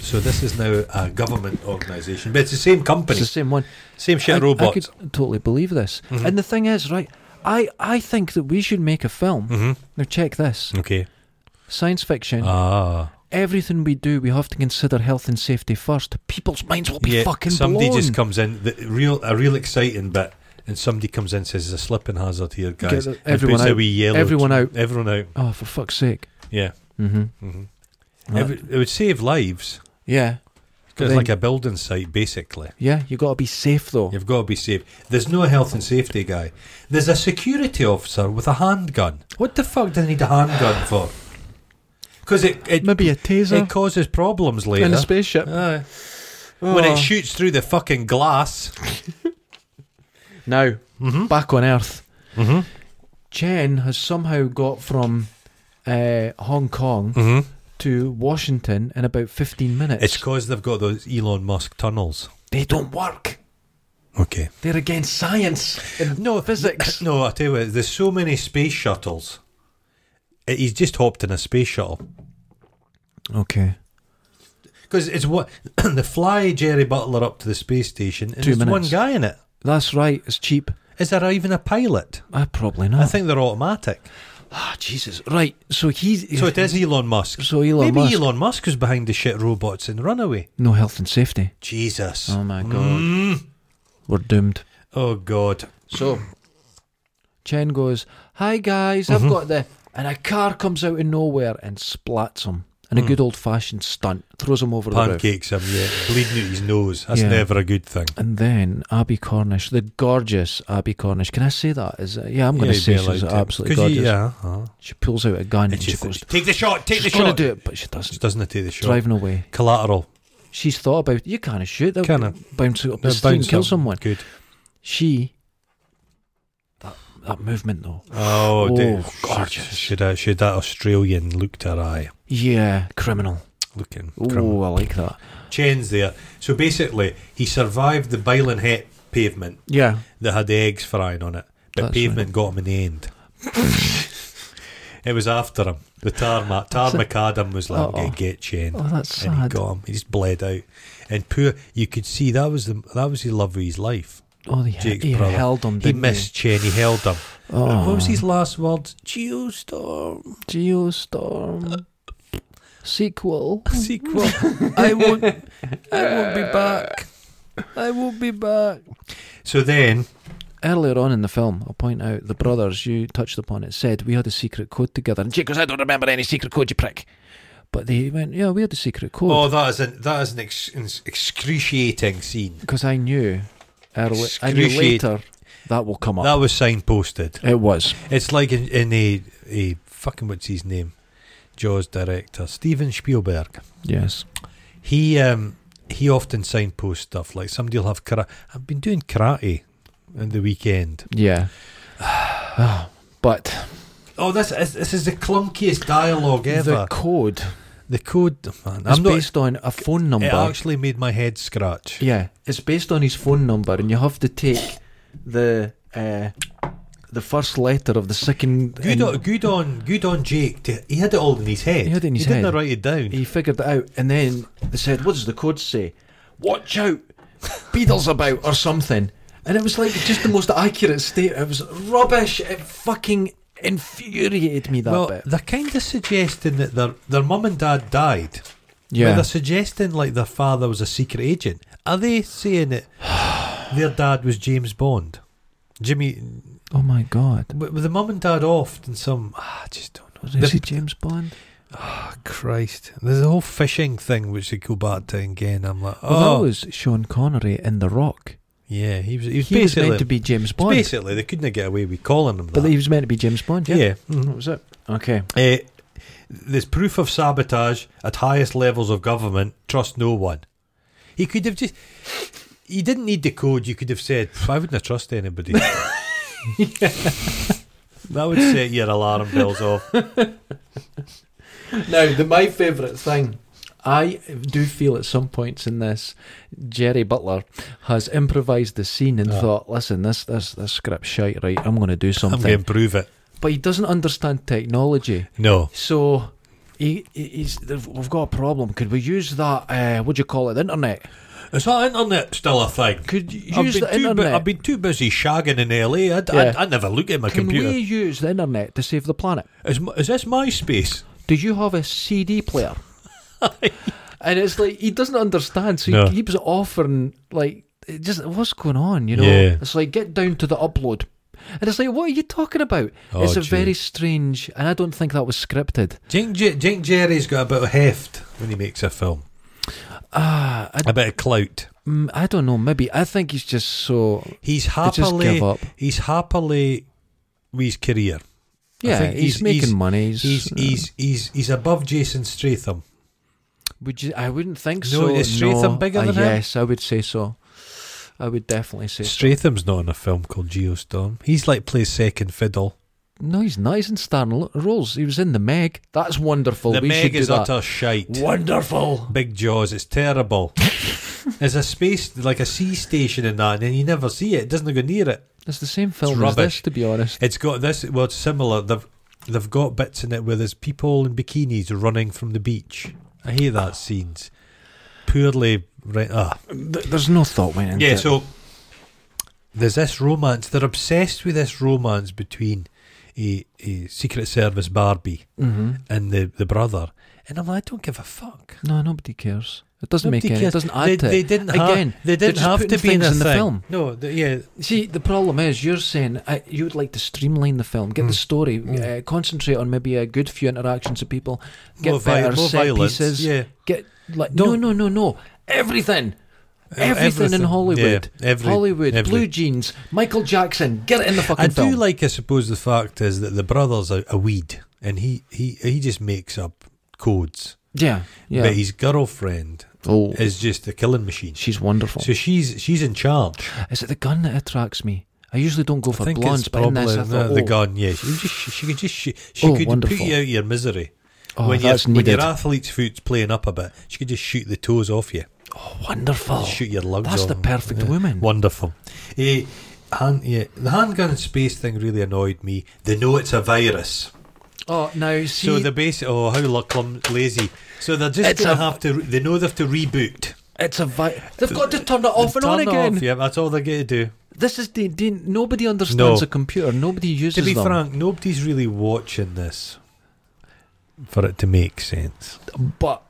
S3: So this is now a government organisation, but it's the same
S2: It's
S3: company,
S2: the same one.
S3: same shit
S2: I,
S3: robots. Mm-hmm.
S2: I could totally believe this. And the thing is, right? I I think that we should make a film.
S3: Mm-hmm.
S2: Now check this:
S3: Okay.
S2: science fiction.
S3: Ah.
S2: everything we do, we have to consider health and safety first. People's minds will be
S3: Yeah.
S2: fucking
S3: Somebody
S2: blown.
S3: just comes in. The real a real exciting bit. And somebody comes in and says, There's a slipping hazard here, guys.
S2: the-
S3: and
S2: everyone
S3: puts a
S2: out.
S3: wee yellow.
S2: Everyone out.
S3: Everyone out.
S2: oh, for fuck's sake!
S3: Yeah.
S2: Mm-hmm.
S3: hmm It, would, it would save lives.
S2: yeah,
S3: 'cause it's
S2: Then-
S3: like a building site, basically.
S2: yeah. You got to be safe though.
S3: You've got to be safe. There's no health and safety guy. There's a security officer with a handgun. What the fuck do they need a handgun for? Because it it,
S2: Maybe a taser
S3: it causes problems later.
S2: in a spaceship.
S3: Aye. When
S2: Oh.
S3: it shoots through the fucking glass.
S2: now back on Earth,
S3: Mm-hmm.
S2: Chen has somehow got from uh, Hong Kong
S3: Mm-hmm.
S2: to Washington in about fifteen minutes.
S3: It's because they've got those Elon Musk tunnels.
S2: they don't work.
S3: Okay.
S2: They're against science and no (coughs)
S3: (coughs)
S2: physics.
S3: No, I tell you what. There's so many space shuttles. Uh, He's just hopped in a space shuttle.
S2: Okay.
S3: Because it's what (coughs) they fly Jerry Butler up to the space station, and
S2: Two
S3: there's one
S2: minutes.
S3: guy in it.
S2: That's right. It's cheap.
S3: Is there even a pilot?
S2: I probably not.
S3: I think they're automatic.
S2: ah, Jesus. Right. So he's
S3: So it is Elon Musk.
S2: So Elon
S3: Maybe
S2: Musk.
S3: Elon Musk is behind the shit robots in Runaway.
S2: No health and safety.
S3: Jesus.
S2: Oh my god.
S3: Mm.
S2: We're doomed.
S3: Oh God.
S2: So Chen goes, Hi guys,
S3: Mm-hmm.
S2: I've got the and a car comes out of nowhere and splats him.
S3: Mm.
S2: And a good old fashioned stunt. Throws him over the roof.
S3: Pancakes him, yeah. Bleeding out his nose. That's
S2: Yeah.
S3: never a good thing.
S2: And then Abby Cornish, the gorgeous Abby Cornish. Can I say that? Is it, yeah, I'm going to say she's absolutely gorgeous.
S3: yeah. uh-huh.
S2: She pulls out a gun
S3: And
S2: and she
S3: she's
S2: goes,
S3: take the shot, take
S2: She's
S3: the
S2: going to
S3: shot.
S2: do it, but she
S3: Just
S2: doesn't.
S3: doesn't it take the shot.
S2: Driving away.
S3: Collateral.
S2: She's thought about you can't shoot. They'll
S3: Canna.
S2: bounce it up the
S3: That
S2: street and
S3: bounce
S2: kill
S3: up.
S2: someone.
S3: Good.
S2: She that that movement though.
S3: Oh,
S2: Oh,
S3: dear.
S2: gorgeous.
S3: Should, that- should that Australian looked her eye?
S2: Yeah, criminal.
S3: Looking.
S2: Oh,
S3: criminal.
S2: I like that.
S3: Chen's there. So basically, he survived the Bylin Het pavement
S2: Yeah.
S3: that had the eggs frying on it, but
S2: That's
S3: pavement got him in the end. it was after him. The tarmac, tarmac Adam was like, I'm
S2: Uh-oh.
S3: going to get Chen.
S2: Oh, that's
S3: And he
S2: sad.
S3: got him. He just bled out. And poor, you could see that was the that was the love of his life.
S2: Oh, he,
S3: Jake's
S2: he
S3: brother.
S2: held him.
S3: He
S2: didn't
S3: missed Chen. He held him.
S2: Oh.
S3: What was his last words? Geostorm.
S2: Geostorm sequel. (laughs)
S3: Sequel. I won't. I won't be back.
S2: I will be back.
S3: So then,
S2: Earlier on in the film, I'll point out the brothers you touched upon it said we had a secret code together. And Jake goes, I don't remember any secret code, you prick. But they went, yeah, we had a secret
S3: oh,
S2: code
S3: that is an that is an ex- an excruciating scene.
S2: because I knew. Early, I knew
S3: Excruciate-
S2: later that will come up.
S3: That was signposted.
S2: It was.
S3: It's like in, in a, a fucking what's his name, Jaws director Steven Spielberg.
S2: Yes.
S3: He um he often signposts stuff like somebody'll have karate. I've been doing karate in the weekend.
S2: Yeah. (sighs) but
S3: Oh, this is, this is the clunkiest dialogue
S2: the
S3: ever. The,
S2: code
S3: code, man.
S2: is
S3: I'm not.
S2: based on a phone number.
S3: It actually made my head scratch.
S2: yeah, it's based on his phone number, and you have to take the uh, the first letter of the second.
S3: Good,
S2: and
S3: on, good on, good on Jake. to- he had it all in his head.
S2: He had it in his
S3: he
S2: head.
S3: didn't write it down.
S2: he figured it out, and then they said, "What does the code say? Watch out, Beatles about or something." And it was like just the most accurate state. It was rubbish. It fucking infuriated me that
S3: well,
S2: bit.
S3: they're kind of suggesting that their their mum and dad died. But
S2: Yeah,
S3: they're suggesting like their father was a secret agent. Are they saying that (sighs) their dad was James Bond? Jimmy,
S2: Oh my god.
S3: were were the mum and dad off in some? Ah, I just don't know.
S2: Was
S3: The-
S2: it James Bond? Oh,
S3: Ah, Christ, there's a whole fishing thing which they go back to again. I'm like, oh,
S2: Well, that was Sean Connery in The Rock.
S3: yeah, he was. He was
S2: He was
S3: basically
S2: meant to be James Bond,
S3: Basically, they couldn't get away with calling him that.
S2: but he was meant to be James Bond. Yeah, Mm-hmm,
S3: yeah.
S2: that was it. Okay.
S3: Eh, there's proof of sabotage at highest levels of government. Trust no one. He could have just. You didn't need the code. You could have said, "Pff, "I wouldn't have trust (laughs) anybody." that would set your alarm bells (laughs) off.
S2: Now, the my favourite thing. I do feel at some points in this, Jerry Butler has improvised the scene and
S3: Ah.
S2: thought, "Listen, this this this script shite, right? I'm going to do
S3: I'm
S2: something."
S3: going to prove it.
S2: But he doesn't understand technology,
S3: No,
S2: so he, he- he's we've got a problem. Could we use that? Uh, what do you call it? The internet?
S3: is that internet still a thing?
S2: Could you
S3: I've
S2: use
S3: been,
S2: the
S3: too bu-
S2: internet?
S3: I've been too busy shagging in LA. I,
S2: Yeah.
S3: I, I never look at my
S2: Can
S3: computer.
S2: we use the internet to save the planet?
S3: Is, m- is this MySpace?
S2: do you have a CD
S3: (laughs)
S2: player? and it's like he doesn't understand, so
S3: No.
S2: he keeps offering like, it just what's going on? You know,
S3: Yeah.
S2: it's like get down to the upload, and it's like, what are you talking about?
S3: Oh,
S2: it's a
S3: gee.
S2: very strange, and I don't think that was scripted.
S3: Jink, Jink Jerry's got a bit of heft when he makes a film,
S2: Ah, I,
S3: a bit of clout.
S2: mm, I don't know. Maybe I think he's just so
S3: He's
S2: just give
S3: happily
S2: up.
S3: he's happily with his career.
S2: yeah.
S3: think
S2: He's,
S3: he's-
S2: making
S3: he's-
S2: money. He's,
S3: He's uh, he's he's he's above Jason Stratham.
S2: would you? I wouldn't think
S3: No,
S2: so.
S3: is Stratham
S2: no.
S3: bigger
S2: Ah,
S3: than him?
S2: Yes, I would say so. I would definitely say. so.
S3: Stratham's not in a film called Geostorm. He's like plays second fiddle.
S2: No, he's not. He's in starring lo- roles. He was in the Meg. That's wonderful.
S3: the
S2: Oh, we should
S3: Meg
S2: do
S3: is
S2: that.
S3: utter shite.
S2: Wonderful.
S3: Big Jaws,
S2: (laughs)
S3: it's terrible. There's a space like a sea station in that, and then you never see it. It doesn't go near it.
S2: It's the same film as
S3: rubbish.
S2: this, to be honest.
S3: It's got this. Well, it's similar. They've they've got bits in it where there's people in bikinis running from the beach. I hate that scenes. Poorly, right? Ah,
S2: There's no thought went into
S3: Yeah,
S2: it.
S3: so there's this romance. They're obsessed with this romance between a, a Secret Service Barbie
S2: hmm
S3: and the, the brother. And I'm like, I don't give a fuck.
S2: No, nobody cares. It doesn't
S3: Nobody
S2: make any.
S3: cares.
S2: It doesn't add
S3: they,
S2: to
S3: they
S2: it.
S3: didn't
S2: Again,
S3: have,
S2: they're
S3: they didn't
S2: just
S3: have
S2: putting
S3: to be in,
S2: things
S3: a
S2: in the
S3: thing.
S2: film.
S3: No, the, yeah,
S2: See, the problem is you're saying uh, you would like to streamline the film, get the story, uh, concentrate on maybe a good few interactions of people, get
S3: more, vi-
S2: better
S3: more
S2: set
S3: violence.
S2: pieces,
S3: Yeah,
S2: get like
S3: Don't-
S2: no, no, no, no, everything. Everything, in
S3: everything.
S2: Hollywood,
S3: Yeah, every-
S2: Hollywood,
S3: every-
S2: blue jeans, Michael Jackson, get it in the fucking
S3: I do
S2: film.
S3: like. I suppose the fact is that the brother's a, a weed, and he, he he just makes up codes.
S2: yeah, yeah.
S3: But his girlfriend
S2: oh,
S3: is just a killing machine.
S2: she's wonderful.
S3: So she's she's in charge.
S2: Is it the gun that attracts me? I usually don't go
S3: I
S2: for
S3: think
S2: blondes,
S3: it's
S2: but in
S3: probably
S2: this, I thought,
S3: no, the
S2: oh,
S3: gun. Yeah, she, could just, she could just she, she
S2: Oh,
S3: could
S2: wonderful.
S3: put you out of your misery
S2: oh,
S3: when, your,
S2: that's
S3: when
S2: needed.
S3: your athlete's foot's playing up a bit. She could just shoot the toes off you,
S2: Oh, wonderful.
S3: shoot your lugs.
S2: That's
S3: off.
S2: the perfect
S3: Yeah.
S2: woman.
S3: Wonderful. Eh, hand, yeah, the handgun in space thing really annoyed me. They know it's a virus,
S2: Oh, now see,
S3: so the base. Oh, how luck clum lazy. So they're just
S2: It's
S3: gonna
S2: a-
S3: have to. re- They know they have to reboot.
S2: it's a vi- They've got to turn it off and on
S3: Turn it off,
S2: again.
S3: Yeah, that's all they're gonna do.
S2: This is the, the- nobody understands
S3: No.
S2: a computer. Nobody uses
S3: To be
S2: them.
S3: frank, nobody's really watching this for it to make sense.
S2: But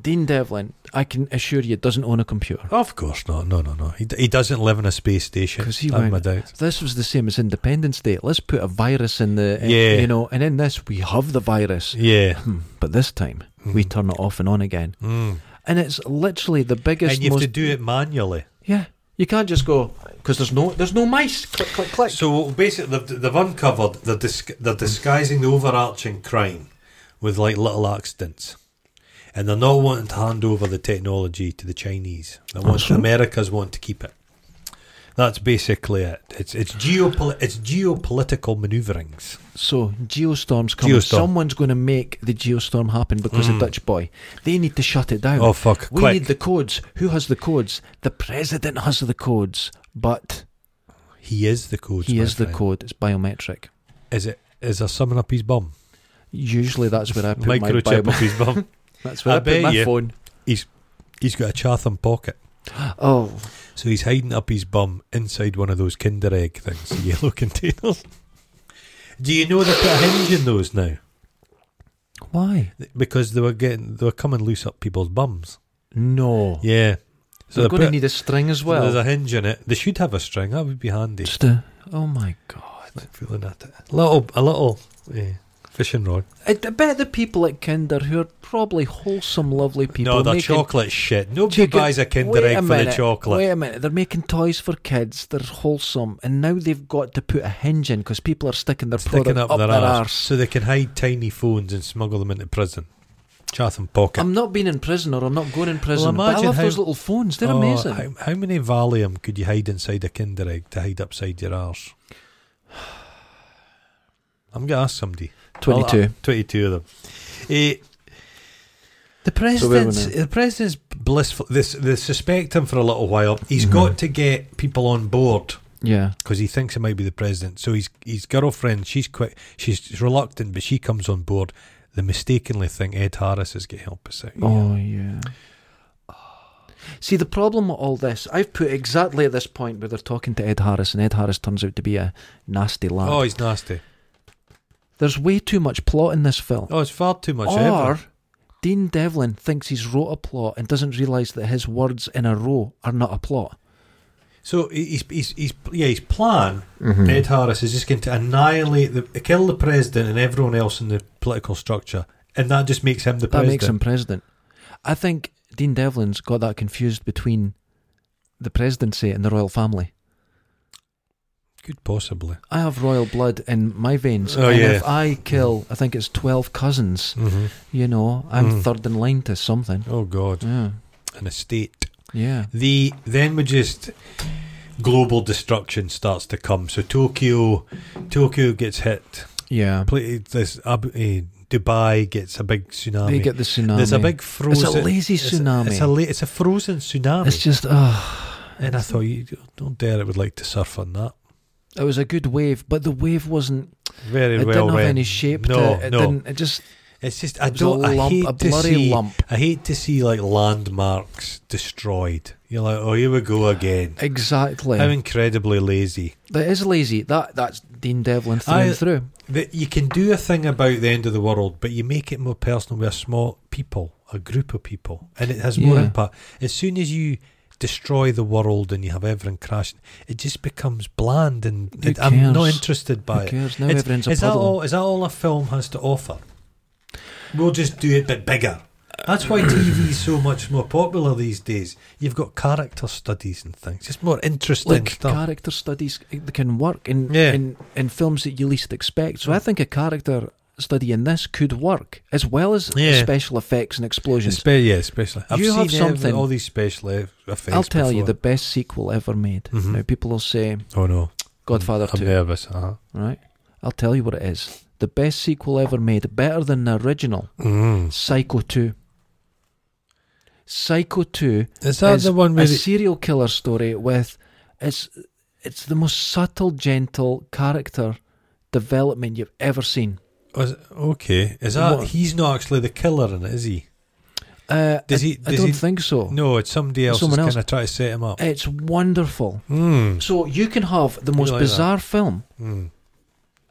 S2: Dean Devlin, I can assure you, doesn't own a computer.
S3: Of course not. No, no, no. He, d- he doesn't live in a space station.
S2: 'Cause he
S3: I've
S2: went-
S3: my doubts.
S2: This was the same as Independence Day. Let's put a virus in the, in-
S3: Yeah.
S2: you know, and in this we have the virus.
S3: Yeah.
S2: Hmm, But this time we turn it off and on again,
S3: Mm.
S2: and it's literally the biggest.
S3: And you have
S2: most,
S3: to do it manually.
S2: Yeah, you can't just go because there's no there's no mice. Click click click.
S3: So basically, they've, they've uncovered they're, dis- they're disguising the overarching crime with like little accidents, and they're not wanting to hand over the technology to the Chinese. They want
S2: That's right.
S3: America's want to keep it. That's basically it. It's it's geopol- it's geopolitical manoeuvrings.
S2: So geostorms coming.
S3: Geostorm.
S2: Someone's going to make the geostorm happen because the Dutch boy. They need to shut it down.
S3: Oh fuck!
S2: we
S3: Quick.
S2: need the codes. Who has the codes? The president has the codes, but
S3: He is the code.
S2: He
S3: my
S2: is the
S3: friend.
S2: code. It's biometric.
S3: Is it? Is there something up his bum?
S2: Usually that's where I put my
S3: Microchip
S2: bio-
S3: (laughs) up his bum.
S2: That's where I,
S3: I
S2: put
S3: bet
S2: my
S3: you.
S2: phone.
S3: He's got a Chatham pocket,
S2: Oh,
S3: so he's hiding up his bum inside one of those Kinder Egg things, the (laughs) yellow containers. Do you know they put a hinge in those now?
S2: why?
S3: Because they were getting they were coming loose up people's bums.
S2: No.
S3: Yeah,
S2: So
S3: so
S2: they're
S3: they
S2: going to
S3: put-
S2: need a string as
S3: There's
S2: well.
S3: a hinge in it. They should have a string. That would be handy.
S2: Just a, oh my god.
S3: Like feeling at it. Little, a little eh, fishing rod.
S2: I, I bet the people at Kinder who are probably wholesome, lovely people.
S3: no, they're
S2: making-
S3: chocolate shit. Nobody
S2: Chicken-
S3: buys a Kinder
S2: Wait
S3: Egg
S2: a
S3: for
S2: minute,
S3: the chocolate.
S2: Wait a minute, they're making toys for kids. They're wholesome, and now they've got to put a hinge in because people are sticking their
S3: Sticking
S2: product
S3: up, their, arse so they can hide tiny phones and smuggle them into prison. Chatham pocket.
S2: I'm not being in prison, or I'm not going in prison. but I
S3: imagine
S2: love
S3: how-
S2: those little phones. They're
S3: Oh,
S2: amazing.
S3: How, how many Valium could you hide inside a Kinder Egg to hide upside your arse? (sighs) I'm gonna ask somebody. I'll-
S2: Twenty-two.
S3: uh, 22 of them. Eh,
S2: So
S3: the
S2: where are we
S3: president's
S2: now?
S3: the president's blissful. This they suspect him for a little while. He's
S2: Mm-hmm.
S3: got to get people on board
S2: yeah.
S3: because he thinks he might be the president. So his his girlfriend, she's quick, she's reluctant, but she comes on board. They mistakenly think Ed Harris is going to help us out.
S2: Oh yeah. See the problem with all this, I've put exactly at this point where they're talking to Ed Harris, and Ed Harris turns out to be a nasty lad.
S3: Oh, he's nasty.
S2: There's way too much plot in this film.
S3: Oh, it's far too much.
S2: Or
S3: effort.
S2: Dean Devlin thinks he's wrote a plot and doesn't realise that his words in a row are not a plot.
S3: So he- he's, he's, he's yeah his plan.
S2: Mm-hmm.
S3: Ed Harris is just going to annihilate the kill the president and everyone else in the political structure, and that just makes him the
S2: That
S3: president.
S2: makes him president. I think Dean Devlin's got that confused between the presidency and the royal family.
S3: Could possibly.
S2: I have royal blood in my veins.
S3: Oh,
S2: and
S3: yeah.
S2: If I kill, I think it's 12 cousins, you know, I'm
S3: Mm.
S2: third in line to something.
S3: Oh God,
S2: Yeah.
S3: an estate.
S2: Yeah.
S3: The then we just global destruction starts to come. So Tokyo, Tokyo gets hit.
S2: Yeah.
S3: Pla- This Abu- eh, Dubai gets a big tsunami.
S2: They get the tsunami.
S3: There's a big frozen.
S2: lazy
S3: it's a-
S2: tsunami.
S3: It's a, la- it's a frozen tsunami.
S2: It's just, ah.
S3: and I thought you don't dare. I would like to surf on that.
S2: it was a good wave, but the wave wasn't
S3: Very
S2: it
S3: well
S2: didn't have
S3: read.
S2: any shape
S3: No,
S2: to it. It
S3: no.
S2: didn't. It just
S3: It's just I
S2: It was a
S3: don't. I
S2: lump,
S3: hate
S2: a
S3: to
S2: bloody
S3: see.
S2: lump.
S3: I hate to see like landmarks destroyed. You're like, oh, here we go again.
S2: exactly.
S3: How incredibly lazy.
S2: that is lazy. That that's Dean Devlin through
S3: I-
S2: and through.
S3: That you can do a thing about the end of the world, but you make it more personal with a small people, a group of people, and it has more
S2: Yeah.
S3: impact. As soon as you destroy the world and you have everything crashing, it just becomes bland, and
S2: Who
S3: it, I'm not
S2: cares?
S3: interested
S2: Who
S3: by it.
S2: cares? Now
S3: It's-
S2: everyone's a
S3: is that
S2: puddle.
S3: all? Is that all a film has to offer? We'll just do it, but bigger. That's why TV is so much more popular these days. You've got character studies and things. It's more interesting
S2: like
S3: stuff.
S2: character studies they can work in,
S3: Yeah.
S2: in in films that you least expect. So I think a character study in this could work as well as the
S3: Yeah.
S2: special effects and explosions.
S3: Espe- yeah, especially. I've
S2: You
S3: seen
S2: have
S3: every-
S2: something-
S3: all these special eff- effects.
S2: I'll tell you the
S3: before.
S2: best sequel ever made.
S3: Mhm.
S2: Now people will say
S3: Oh no,
S2: Godfather
S3: I'm
S2: Two,
S3: nervous. Uh-huh.
S2: right? I'll tell you what it is. The best sequel ever made, better than the original.
S3: Mm.
S2: Psycho Two. Psycho Two
S3: Is that
S2: is
S3: the one where
S2: a
S3: the-
S2: serial killer story with it's it's the most subtle, gentle character development you've ever seen.
S3: was, okay? Is that
S2: What?
S3: he's not actually the killer in it, is he?
S2: Uh,
S3: Does
S2: I,
S3: he-
S2: I
S3: does
S2: don't
S3: he-
S2: think so.
S3: No, it's somebody else.
S2: Someone
S3: Someone
S2: else. Eh.
S3: kind of try to set him up.
S2: It's wonderful.
S3: Mm.
S2: So you can have the most
S3: like that?
S2: bizarre film,
S3: Mm.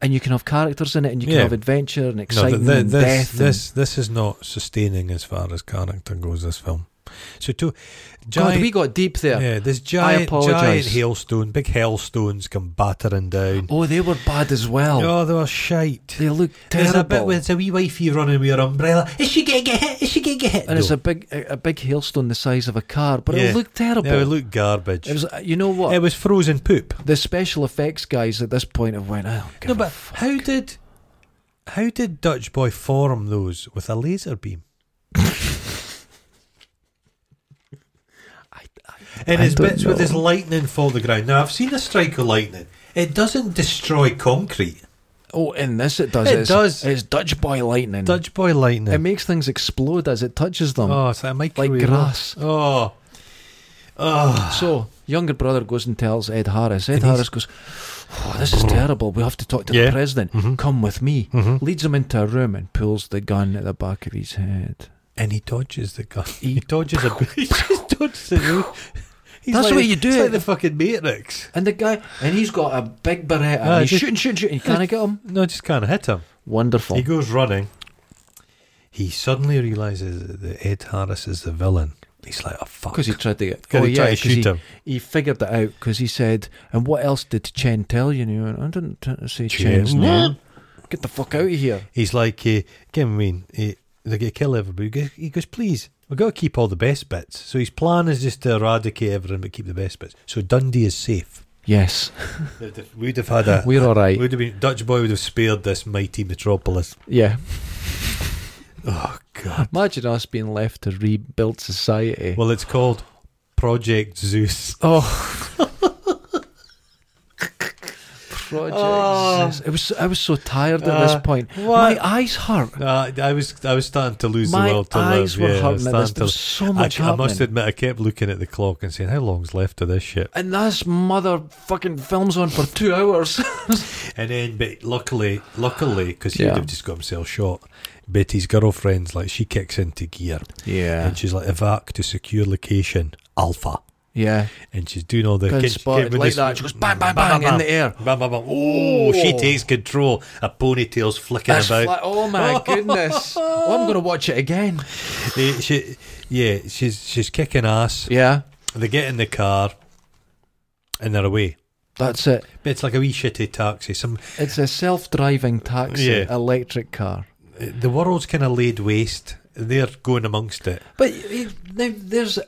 S2: and you can have characters in it, and you can
S3: Yeah.
S2: have adventure and
S3: No, th-
S2: excitement
S3: th-
S2: and
S3: this
S2: death. and-
S3: this this is not sustaining as far as character goes. This film. So to
S2: God,
S3: giant,
S2: we got deep there.
S3: yeah, this giant giant
S2: apologise.
S3: hailstone, big hailstones come battering down.
S2: Oh, they were bad as well.
S3: Oh, they were shite.
S2: They looked
S3: There's
S2: terrible.
S3: a bit where it's a wee wifey running with her umbrella. Is she gonna get hit? Is she gonna get hit?
S2: and it's a big, a, a big hailstone the size of a car, but
S3: Yeah.
S2: it looked terrible.
S3: no, it looked garbage.
S2: It was, uh, you know what?
S3: It was frozen poop.
S2: the special effects guys at this point have went, oh,
S3: No, but how did how did Dutch boy form those with a laser beam? And
S2: I
S3: his
S2: don't
S3: bits with his
S2: know.
S3: lightning fall to the ground. Now I've seen a strike of lightning. It doesn't destroy concrete.
S2: oh, in this it does.
S3: It
S2: it's,
S3: does.
S2: It's Dutch boy lightning.
S3: Dutch boy
S2: It
S3: lightning.
S2: um, makes things explode as it touches them.
S3: oh, it's like a microwave.
S2: grass.
S3: Oh. Ugh.
S2: So younger brother goes and tells Ed Harris. Ed
S3: And he's-
S2: Harris goes, "Oh, this is terrible. We have to talk to
S3: Yeah.
S2: the president.
S3: Mhm.
S2: Come with me."
S3: Mhm.
S2: Leads him into a room and pulls the gun at the back of his head.
S3: And he dodges the gun.
S2: (laughs) He-
S3: (laughs) He dodges a. he just dodges it.
S2: (laughs)
S3: He's
S2: That's
S3: like
S2: the way
S3: the-
S2: you do
S3: it's
S2: it.
S3: Like the fucking Matrix.
S2: And the guy, and he's got a big beretta,
S3: Ah,
S2: and he's
S3: just-
S2: shooting, shooting, shooting. Can
S3: (laughs)
S2: I get him?
S3: No, just can't hit him.
S2: Wonderful.
S3: He goes running. He suddenly realizes that Ed Harris is the villain. He's like, oh fuck.
S2: Because he tried to get.
S3: Can
S2: oh
S3: he
S2: yeah,
S3: try to
S2: 'cause
S3: shoot
S2: he,
S3: him?
S2: he figured that out because he said, "And what else did Chen tell you?" And he went, "I didn't t- say
S3: Chen.
S2: Chen's name. Get the fuck out of here."
S3: He's like, uh, give me mean. He, they're going to uh, kill everybody. He goes- He goes, please, we've got to keep all the best bits. So his plan is just to eradicate everything but keep the best bits. So Dundee is safe.
S2: Yes,
S3: We'd have (laughs) had a.
S2: (laughs) we're all right.
S3: Would have been Dutch boy would have spared this mighty metropolis.
S2: Yeah,
S3: Oh God!
S2: imagine us being left to rebuild society.
S3: Well, it's called Project Zeus.
S2: Oh. Project
S3: Oh.
S2: Zeus. It was. I was so tired at this
S3: Uh,
S2: point.
S3: what?
S2: My eyes hurt.
S3: (laughs) Uh, I was I was starting to lose
S2: My
S3: the will to
S2: eyes
S3: live.
S2: were
S3: yeah, I was
S2: hurting at this.
S3: starting
S2: There was so
S3: I,
S2: much
S3: I must
S2: happening.
S3: admit, I kept looking at the clock and saying, "How long's left of this shit?"
S2: And this motherfucking film's on for two hours.
S3: And then, but luckily, luckily, because he'd
S2: Yeah.
S3: have just got himself shot. Betty's girlfriend's like she kicks into gear
S2: Yeah.
S3: and she's like, "Evac to secure location Alpha,"
S2: Yeah.
S3: and she's doing all the
S2: Been
S3: get-
S2: spotted
S3: get with
S2: like
S3: this-
S2: that. She goes bang, bang, bang, in the air.
S3: Bam, bam, bam. Oh, she
S2: Oh.
S3: takes control. A ponytail's flicking
S2: That's
S3: about.
S2: fla- oh
S3: (laughs)
S2: my goodness. Oh, I'm going to watch it again.
S3: Eh, she, yeah, she's she's kicking ass.
S2: Yeah.
S3: They get in the car, and they're away.
S2: That's it.
S3: But It's like a wee shitty taxi. Some
S2: It's a self driving taxi
S3: Yeah.
S2: electric car.
S3: eh, the world's kind of laid waste. They're going amongst it.
S2: But eh, now there's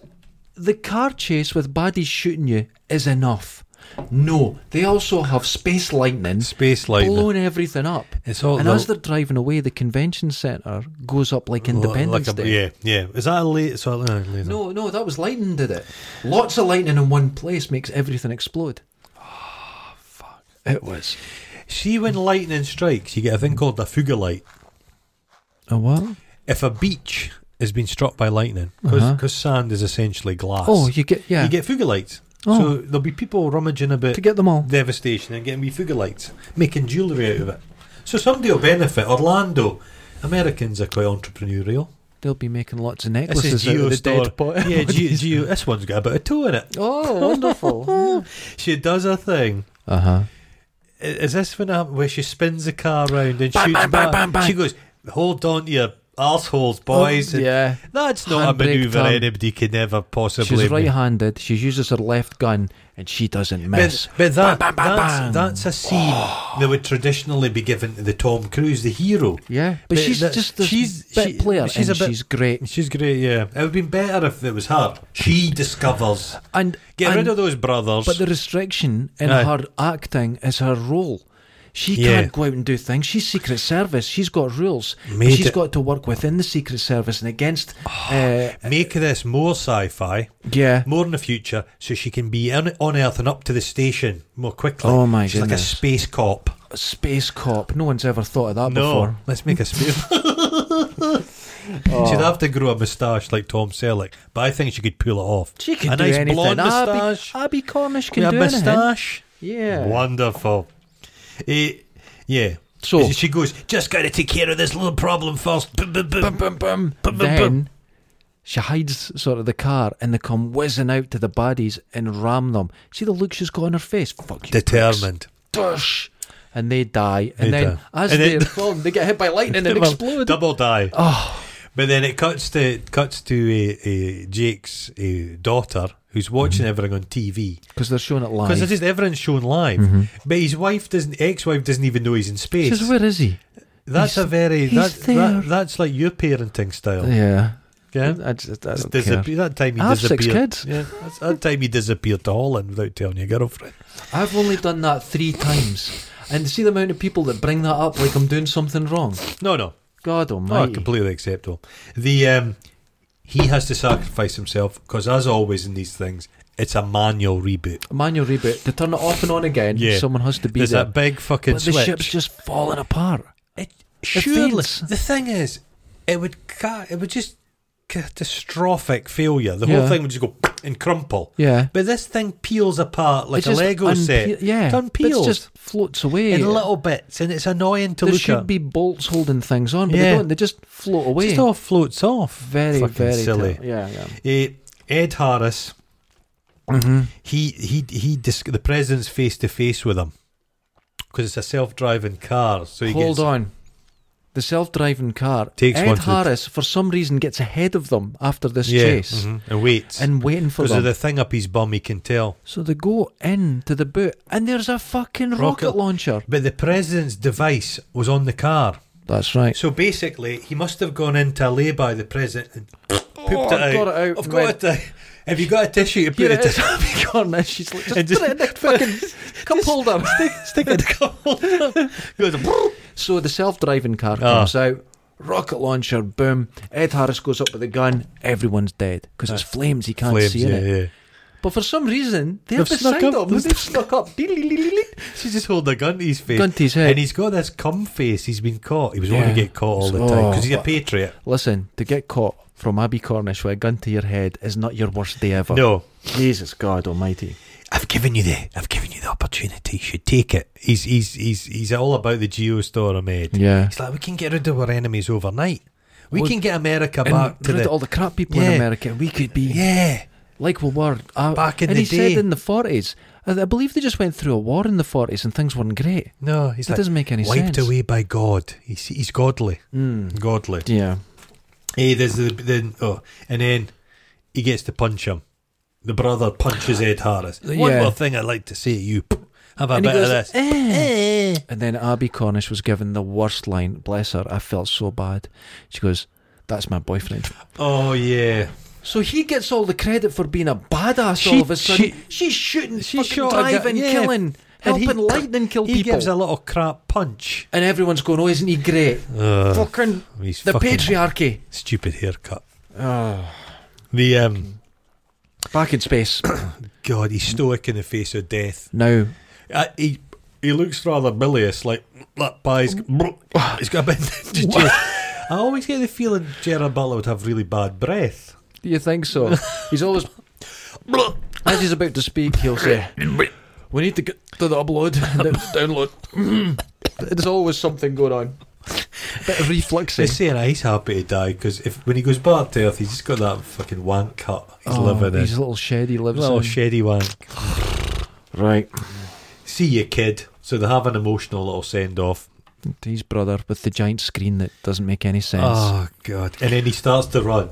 S2: the car chase with baddies shooting you is enough. No, they also have space lightning
S3: Space lightning.
S2: blown everything up.
S3: It's all
S2: and
S3: the-
S2: as they're driving away, the convention centre goes up like
S3: Lo-
S2: Independence
S3: like a-
S2: Day.
S3: Yeah, yeah. Is that a late? So uh, later.
S2: No, no, that was lightning did it. Lots of lightning in one place makes everything explode.
S3: Ah,
S2: Oh, fuck. It was.
S3: See, when lightning strikes, you get a thing called a fugolite.
S2: A what?
S3: If a beach has been struck by lightning, because
S2: Uh-huh.
S3: sand is essentially glass.
S2: Oh, you get, yeah.
S3: you get fugolites.
S2: Oh.
S3: So there'll be people rummaging about
S2: to get them all.
S3: devastation and getting wee fugolites, making jewellery out of it. So somebody will benefit. Orlando, Americans are quite entrepreneurial.
S2: They'll be making lots of
S3: This
S2: necklaces
S3: is
S2: out
S3: Geo
S2: of the
S3: store.
S2: dead body. (laughs)
S3: Yeah, Geo, Geo. This one's got about a toe in it.
S2: Oh,
S3: (laughs)
S2: wonderful.
S3: She does a thing.
S2: uh huh.
S3: I- Is this when happened where she spins the car round and
S2: Bang,
S3: shoots
S2: bang, bang,
S3: back?
S2: bang, bang.
S3: She goes, "Hold on to your arseholes, boys." And
S2: yeah.
S3: That's not
S2: Handbrake
S3: a manoeuvre
S2: turn.
S3: anybody could ever possibly.
S2: She's right handed. She uses her left gun and she doesn't miss.
S3: But, but that,
S2: Bang, bang, bang,
S3: that's,
S2: bang. Oh.
S3: that's a scene that would traditionally be given to the Tom Cruise, the hero.
S2: yeah. But,
S3: but
S2: she's
S3: that-
S2: just this
S3: she's-
S2: bit
S3: she-
S2: player
S3: she's a
S2: and
S3: bit-
S2: she's great.
S3: She's great, yeah. It would have been better if it was her. She discovers.
S2: And
S3: Get
S2: and,
S3: rid of those brothers.
S2: But the restriction in
S3: Aye.
S2: her acting is her role. She
S3: Yeah.
S2: can't go out and do things. She's Secret Service. She's got rules. But
S3: Made
S2: she's
S3: it- Oh.
S2: got to work within the Secret Service and against. uh,
S3: Make this more sci fi,
S2: yeah.
S3: more in the future, so she can be on, on Earth and up to the station more quickly.
S2: Oh, my
S3: She's like a
S2: goodness.
S3: space cop.
S2: Space cop. No one's ever thought of that
S3: No,
S2: before.
S3: let's make a space. (laughs) She'd have to grow a moustache like Tom Selleck, but I think she could pull it off.
S2: She can
S3: a
S2: do
S3: nice
S2: anything. Ah,
S3: blonde
S2: Abby-
S3: moustache.
S2: Abby Cornish can
S3: With a
S2: do anything.
S3: moustache.
S2: Yeah.
S3: Wonderful. Eh, yeah.
S2: So-
S3: she goes, just got to take care of this little problem first. Bum, bum, bum. bum, bum.
S2: Then she hides sort of the car and they come whizzing out to the baddies and ram them. See the look she's got on her face? Fuck you.
S3: Determined.
S2: Dush! And they die. And
S3: They
S2: then
S3: die.
S2: as (laughs)
S3: And
S2: they're
S3: then-
S2: filmed, they get hit by lightning
S3: (laughs)
S2: and
S3: Double-
S2: explode.
S3: Double die.
S2: Oh,
S3: But then it cuts to it cuts to uh, uh, Jake's uh, daughter who's watching
S2: Mm-hmm.
S3: everything on TV
S2: because they're showing it
S3: because
S2: live.
S3: it's just everything's shown live. But his wife doesn't, ex-wife doesn't even know he's in
S2: Mm-hmm. She
S3: space.
S2: says, where is he?
S3: that's
S2: he's-
S3: a very
S2: he's
S3: that,
S2: there.
S3: that, that's like your parenting style.
S2: Yeah.
S3: Yeah.
S2: I just, I
S3: Just
S2: don't care.
S3: disappear- That time he
S2: I have six
S3: disappeared.
S2: kids.
S3: Yeah, that's- that time he disappeared to Holland without telling your girlfriend.
S2: I've only done that three times. And see the amount of people that bring that up like I'm doing something wrong.
S3: No, no,
S2: God
S3: no
S2: almighty.
S3: completely acceptable. The um, he has to sacrifice himself because, as always in these things, it's a manual reboot.
S2: Manual reboot. To turn it off and on again,
S3: Yeah.
S2: someone has to be
S3: There's
S2: there.
S3: that big fucking
S2: but the
S3: switch.
S2: ship's just falling apart.
S3: It surely
S2: fades.
S3: the thing is, it would ca- it would just catastrophic failure. The
S2: Yeah.
S3: whole thing would just go and crumple.
S2: Yeah.
S3: But this thing peels apart like
S2: It's
S3: a
S2: just
S3: Lego set.
S2: unpe- Yeah.
S3: It
S2: But
S3: unpeels
S2: it just floats away.
S3: in little bits, and it's annoying to
S2: there
S3: look
S2: should
S3: at.
S2: be bolts holding things on, but
S3: Yeah.
S2: they don't. They just float
S3: It
S2: away.
S3: just all floats off.
S2: very,
S3: Fucking
S2: very
S3: silly.
S2: terrible. Yeah, yeah.
S3: Eh, Ed Harris,
S2: Mm-hmm.
S3: he he he. Dis- the president's face to face with him because it's a self-driving car. So he
S2: Hold
S3: gets,
S2: on. The self-driving car.
S3: Takes one
S2: Ed
S3: to the-
S2: Harris, for some reason, gets ahead of them after this
S3: yeah,
S2: chase
S3: mhm, and waits
S2: and waiting for
S3: because
S2: them.
S3: of the thing up his bum. He can tell.
S2: so they go in to the boot, and there's a fucking rocket,
S3: Rocket-
S2: launcher.
S3: But the president's device was on the car.
S2: That's right.
S3: So basically, he must have gone into a lay-by the president
S2: (laughs)
S3: and
S2: Oh,
S3: pooped it, out.
S2: I've got it out
S3: I've
S2: and
S3: got
S2: went-
S3: it out. Have you got a tissue to put
S2: Here
S3: it
S2: it is. (laughs)
S3: in? (laughs)
S2: Happy corner. She's like, just,
S3: And (laughs) just-
S2: put it in the fucking cup holder.
S3: (laughs) Stick it Goes brrr.
S2: So the self-driving car
S3: Ah.
S2: comes out, rocket launcher, boom. Ed Harris goes up with the gun. Everyone's dead because it's flames. He can't
S3: Ah. Flames,
S2: see in
S3: yeah,
S2: it.
S3: yeah.
S2: But for some reason, they're
S3: They've
S2: beside
S3: snuck up-
S2: him. They've snuck up.
S3: She's just holding a gun to his face.
S2: Gun to his head.
S3: And he's got this cum face. He's been caught. He was going
S2: Yeah.
S3: to get caught all the
S2: Oh,
S3: time because he's a
S2: fuck.
S3: patriot.
S2: Listen, to get caught from Abbey Cornish with a gun to your head is not your worst day ever.
S3: No.
S2: Jesus God Almighty.
S3: I've given you the I've given you the opportunity. You should take it. He's he's he's he's all about the geostorm, Ed.
S2: Yeah.
S3: He's like, we can get rid of our enemies overnight. We
S2: Well,
S3: can get America
S2: And
S3: back to
S2: rid of
S3: the
S2: all the crap people in
S3: Yeah.
S2: America. We could be
S3: yeah.
S2: like we were uh,
S3: Back in
S2: and
S3: the
S2: he
S3: day.
S2: said in the forties. I I believe they just went through a war in the forties and things weren't great.
S3: No, he's
S2: That
S3: like,
S2: doesn't make any
S3: wiped
S2: sense. Hmm.
S3: away by God. He's he's godly, godly.
S2: Yeah.
S3: Hey, there's the then oh, and then he gets to punch him. The brother punches Ed Harris. One
S2: Yeah.
S3: more thing I'd like to say to you. Have a
S2: And he
S3: bit of
S2: goes, "Eh."
S3: this.
S2: And then Abby Cornish was given the worst line. Bless her, I felt so bad. She goes, That's my boyfriend.
S3: Oh yeah.
S2: So he gets all the credit for being a badass
S3: She-
S2: all of a sudden.
S3: she-
S2: she's shooting,
S3: she
S2: fucking
S3: shot a guy-
S2: driving,
S3: yeah.
S2: killing,
S3: And he-
S2: helping lightning kill
S3: He
S2: people.
S3: gives a little crap punch.
S2: and everyone's going, Oh, isn't he great?
S3: Ugh,
S2: fucking
S3: he's
S2: the
S3: fucking
S2: patriarchy.
S3: stupid haircut.
S2: Oh,
S3: The um
S2: back in space.
S3: God, he's stoic in the face of death.
S2: (coughs) now,
S3: Uh, he he looks rather bilious, like that pie's. he's got a bit. (laughs) I always get the feeling Gerard Butler would have really bad breath.
S2: do you think (laughs) so? He's always, as he's about to speak, he'll say, We need to get to the upload, (laughs) and then download. (laughs) There's always something going on. bit of
S3: They
S2: reflexing.
S3: say he's happy to die because if when he goes back to Earth, he's just got that fucking wank cut. He's living
S2: Oh, he's
S3: in
S2: a little shed he lives
S3: eh?
S2: eh?
S3: little
S2: in.
S3: shady wank.
S2: Right.
S3: See you, kid. So they have an emotional little send off.
S2: To his brother with the giant screen that doesn't make any sense.
S3: Oh god! And then he starts to run.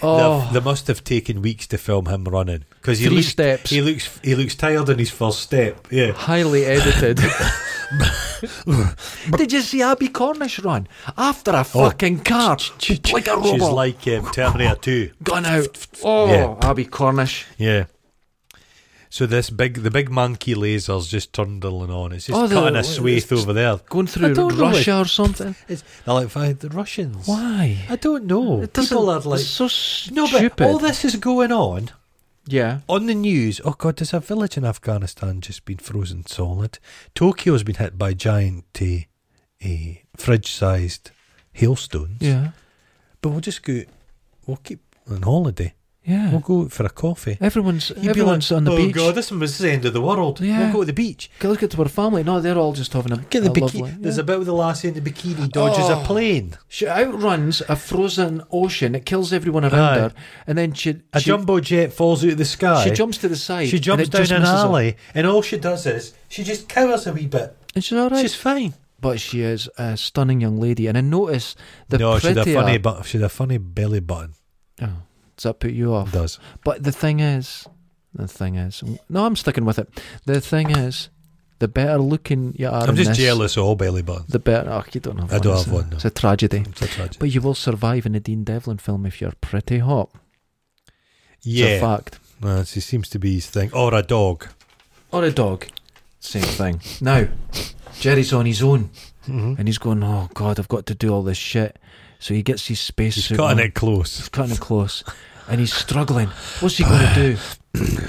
S2: Oh,
S3: They, they must have taken weeks to film him running because he
S2: Three
S3: looks
S2: steps.
S3: he looks he looks tired on his first step. Yeah.
S2: highly (laughs) edited. Did you see Abby Cornish run after a fucking car like a
S3: She's
S2: robot?
S3: like um, Terminator 2.
S2: Gone out. Oh,
S3: Yeah.
S2: Abby Cornish.
S3: Yeah. So this big, the big monkey laser's just trundling on. It's just
S2: Oh, the-
S3: cutting a swathe
S2: it's-
S3: over there.
S2: Going through
S3: don't know
S2: Russia or something.
S3: It's, they're like, "Why, the Russians.
S2: Why?
S3: I don't know.
S2: It doesn't-
S3: People are like,
S2: it's so
S3: no, but
S2: stupid.
S3: all this is going on
S2: yeah.
S3: on the news. Oh God, there's a village in Afghanistan just been frozen solid. Tokyo's been hit by giant, uh, uh, fridge-sized hailstones.
S2: Yeah.
S3: But we'll just go. We'll keep on holiday.
S2: Yeah.
S3: We'll go out for a coffee.
S2: everyone's
S3: You'd be
S2: everyone's
S3: like,
S2: on the
S3: oh
S2: beach.
S3: god, this was the end of the world.
S2: Yeah.
S3: We'll go to the beach.
S2: Go Look at our family. No, they're all just having a,
S3: Get the
S2: a
S3: bikini.
S2: lovely.
S3: There's
S2: yeah.
S3: a bit with the lassie in the bikini dodges
S2: Oh.
S3: a plane.
S2: She outruns a frozen ocean. It kills everyone around
S3: Aye.
S2: her, and then she
S3: A
S2: she,
S3: jumbo jet falls out of the sky.
S2: she jumps to the side.
S3: She
S2: and
S3: jumps
S2: it just
S3: down an
S2: misses her.
S3: alley, and all she does is she just cowers a wee bit.
S2: And she's all right,
S3: She's fine.
S2: but she is a stunning young lady. And I notice the
S3: no, she's
S2: prettier.
S3: a funny, but she's a funny belly button.
S2: Oh, does that put you off?
S3: Does
S2: But the thing is, the thing is, no, I'm sticking with it. The thing is, the better looking you are,
S3: I'm
S2: in
S3: just
S2: this,
S3: jealous of all belly buttons.
S2: The better. Oh, you don't have.
S3: I
S2: one,
S3: don't
S2: it's
S3: have
S2: a-
S3: one, no.
S2: It's a tragedy.
S3: It's a tragedy.
S2: But you will survive in a Dean Devlin film if you're pretty hot. It's a
S3: yeah,
S2: fact.
S3: that's, it seems to be his thing. Or a dog.
S2: or a dog. Same thing. Now, Jerry's on his own and he's going, Oh God, I've got to do all this shit. So he gets his space
S3: He's
S2: suit
S3: cutting
S2: on.
S3: it close.
S2: He's cutting it close and he's struggling. What's he going (sighs) to do?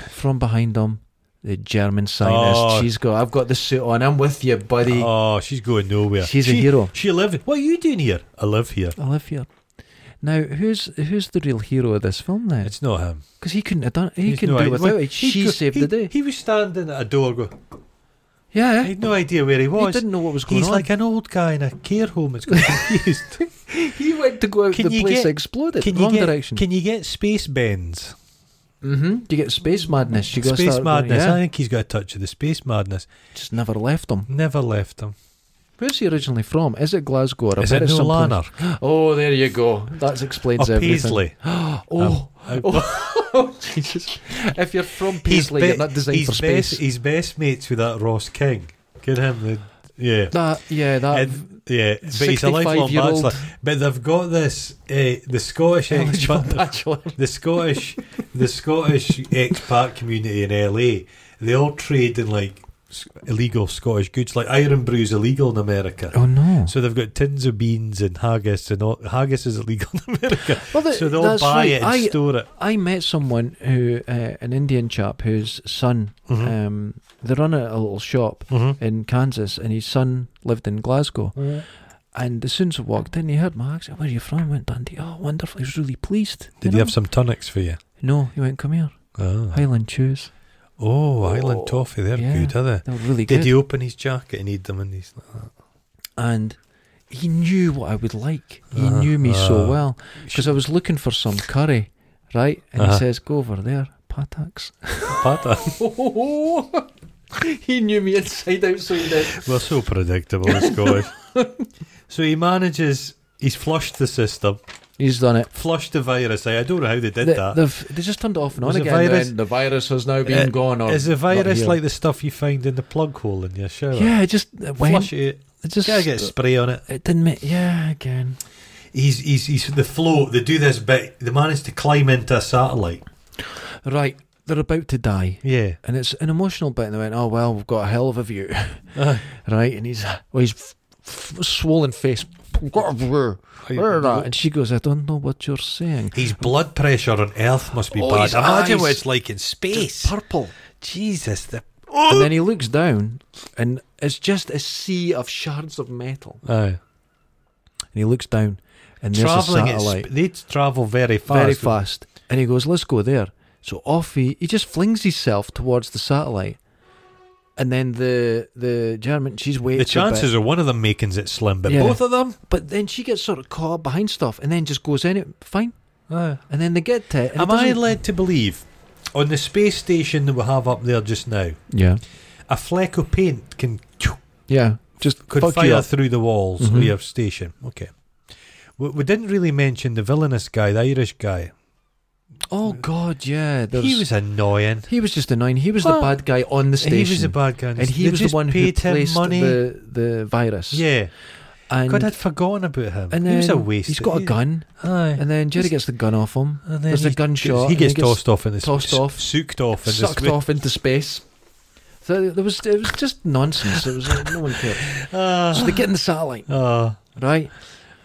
S2: From behind him, the German scientist.
S3: Oh.
S2: She's got, I've got the suit on. I'm with you, buddy.
S3: Oh, she's going nowhere.
S2: She's a
S3: She-
S2: hero.
S3: She lives. What are you doing here? I live here.
S2: I live here. Now, who's who's the real hero of this film now?
S3: It's not him.
S2: Because he couldn't have done it. He
S3: He's
S2: couldn't
S3: no
S2: do it
S3: idea-
S2: without
S3: well,
S2: it.
S3: he
S2: She
S3: go-
S2: saved
S3: he-
S2: the day.
S3: He was standing at a door. Go,
S2: yeah.
S3: I had no idea where he
S2: He
S3: was.
S2: didn't know what was going
S3: He's
S2: on.
S3: like an old guy in a care home. It's (laughs) got confused.
S2: he went to go out,
S3: Can
S2: the
S3: you
S2: place
S3: get-
S2: exploded.
S3: can you
S2: Wrong
S3: get,
S2: direction.
S3: Can you get space bends?
S2: hmm You get space madness. You got
S3: space
S2: start,
S3: madness.
S2: Yeah,
S3: I think he's got a touch of the space madness.
S2: just never left him.
S3: Never left him.
S2: Where's he originally from? Is it Glasgow or a
S3: Is
S2: bit
S3: it
S2: of
S3: no
S2: someplace?
S3: Lanark?
S2: (gasps) Oh, there you go. That explains
S3: Or
S2: everything.
S3: (laughs) Paisley?
S2: Oh,
S3: Um,
S2: oh, (laughs) Jesus! If you're from Paisley,
S3: be-
S2: you're not designed
S3: he's
S2: for space.
S3: Best, he's best mates with that Ross King. Get him the yeah.
S2: that yeah, that (laughs)
S3: And- yeah, but he's a
S2: 65
S3: lifelong
S2: year old-
S3: bachelor. But they've got this uh, the Scottish
S2: eligible
S3: expat,
S2: bachelor.
S3: the Scottish the Scottish expat community in LA. They all trade in like s- illegal Scottish goods. Like iron brew's illegal in America.
S2: Oh no!
S3: So they've got tins of beans and haggis, and all, haggis is illegal (laughs)
S2: (laughs)
S3: in America.
S2: Well, that-
S3: so they'll
S2: that's
S3: buy
S2: right.
S3: it and
S2: I-
S3: store it.
S2: I met someone who, uh, an Indian chap, whose son,
S3: Hmm. Mm-hmm.
S2: um, they run a, a little shop
S3: Mhm.
S2: in Kansas, and his son lived in Glasgow. And as soon as I walked in, he heard my accent. Where are you from? I went Dundee. Oh, wonderful! He was really pleased.
S3: Did
S2: you
S3: he
S2: know?
S3: have some tonics for you?
S2: No, he went. Come here,
S3: Oh,
S2: Highland Chews.
S3: oh Island
S2: Oh,
S3: Toffee, they're
S2: yeah.
S3: good, are they?
S2: They were really
S3: Did
S2: good.
S3: he open his jacket and eat them? And (laughs) he's like,
S2: and he knew what I would like. He
S3: Uh-huh.
S2: knew me
S3: Uh,
S2: so well because I was looking for some curry, right? And
S3: Uh-huh.
S2: he says, "Go over there,
S3: (laughs)
S2: Pataks."
S3: "Pata."
S2: he knew me inside out, so he did.
S3: We're so predictable, as Scottish. (laughs) so he manages. He's flushed the system,
S2: He's done it.
S3: flushed the virus. I, I don't know how they did
S2: They,
S3: that.
S2: have they just turned it off and on
S3: Was it
S2: again.
S3: virus?
S2: and the virus has now been
S3: Uh,
S2: gone. Or
S3: Is the
S2: not
S3: virus
S2: here.
S3: like the stuff you find in the plug hole in your shower?
S2: Yeah, it just it went.
S3: flush it.
S2: It just
S3: Gotta get spray on it.
S2: it didn't make. Yeah, again.
S3: He's he's he's the float. They do this bit. They manage to climb into a satellite.
S2: Right, they're about to die.
S3: Yeah.
S2: And it's an emotional bit, and they went, "Oh well, we've got a hell of a (laughs) view, right?" And he's, well, he's f- f- swollen face. We've got a view. Where that? And she goes, "I don't know what you're saying."
S3: His blood pressure on Earth must be
S2: Oh,
S3: bad.
S2: his
S3: Imagine what
S2: eyes.
S3: it's like in space. Oh!
S2: Purple.
S3: Jesus, the
S2: And then he looks down, and it's just a sea of shards of metal. And he looks down, and there's
S3: traveling.
S2: a
S3: At
S2: satellite.
S3: sp- they travel very fast.
S2: very fast. And he goes, "Let's go there." So off he he just flings himself towards the satellite, and then the the German she's waiting.
S3: The chances are one of them making's it slim, but
S2: Yeah.
S3: both of them.
S2: but then she gets sort of caught up behind stuff, and then just goes in it. Fine, and then they get to it. and it
S3: Am I
S2: doesn't-
S3: led to believe on the space station that we have up there just now,
S2: Yeah,
S3: a fleck of paint can
S2: yeah. Just
S3: could
S2: fuck you
S3: fire
S2: up.
S3: through the walls
S2: Mhm.
S3: of your station? Okay. We, we didn't really mention the villainous guy, the Irish guy.
S2: Oh God, yeah. There's,
S3: He was annoying.
S2: he was just annoying. He was
S3: Well,
S2: the bad guy on the station.
S3: He was a bad guy,
S2: and he
S3: They
S2: was the
S3: just
S2: one who
S3: paid him
S2: placed
S3: money.
S2: the the virus.
S3: Yeah,
S2: and,
S3: God, I'd forgotten about him.
S2: and
S3: he was a
S2: then
S3: waste.
S2: He's got a gun,
S3: Aye.
S2: and then Jerry
S3: He's-
S2: gets the gun off him.
S3: And then
S2: There's
S3: he
S2: a gunshot.
S3: He
S2: and
S3: gets tossed off in the
S2: tossed
S3: s-
S2: off,
S3: soaked off, in the
S2: sucked
S3: swi-
S2: off into space. So there was it was just nonsense. It was uh, no one cared.
S3: (laughs) Ah.
S2: So they get in the satellite,
S3: Ah.
S2: right?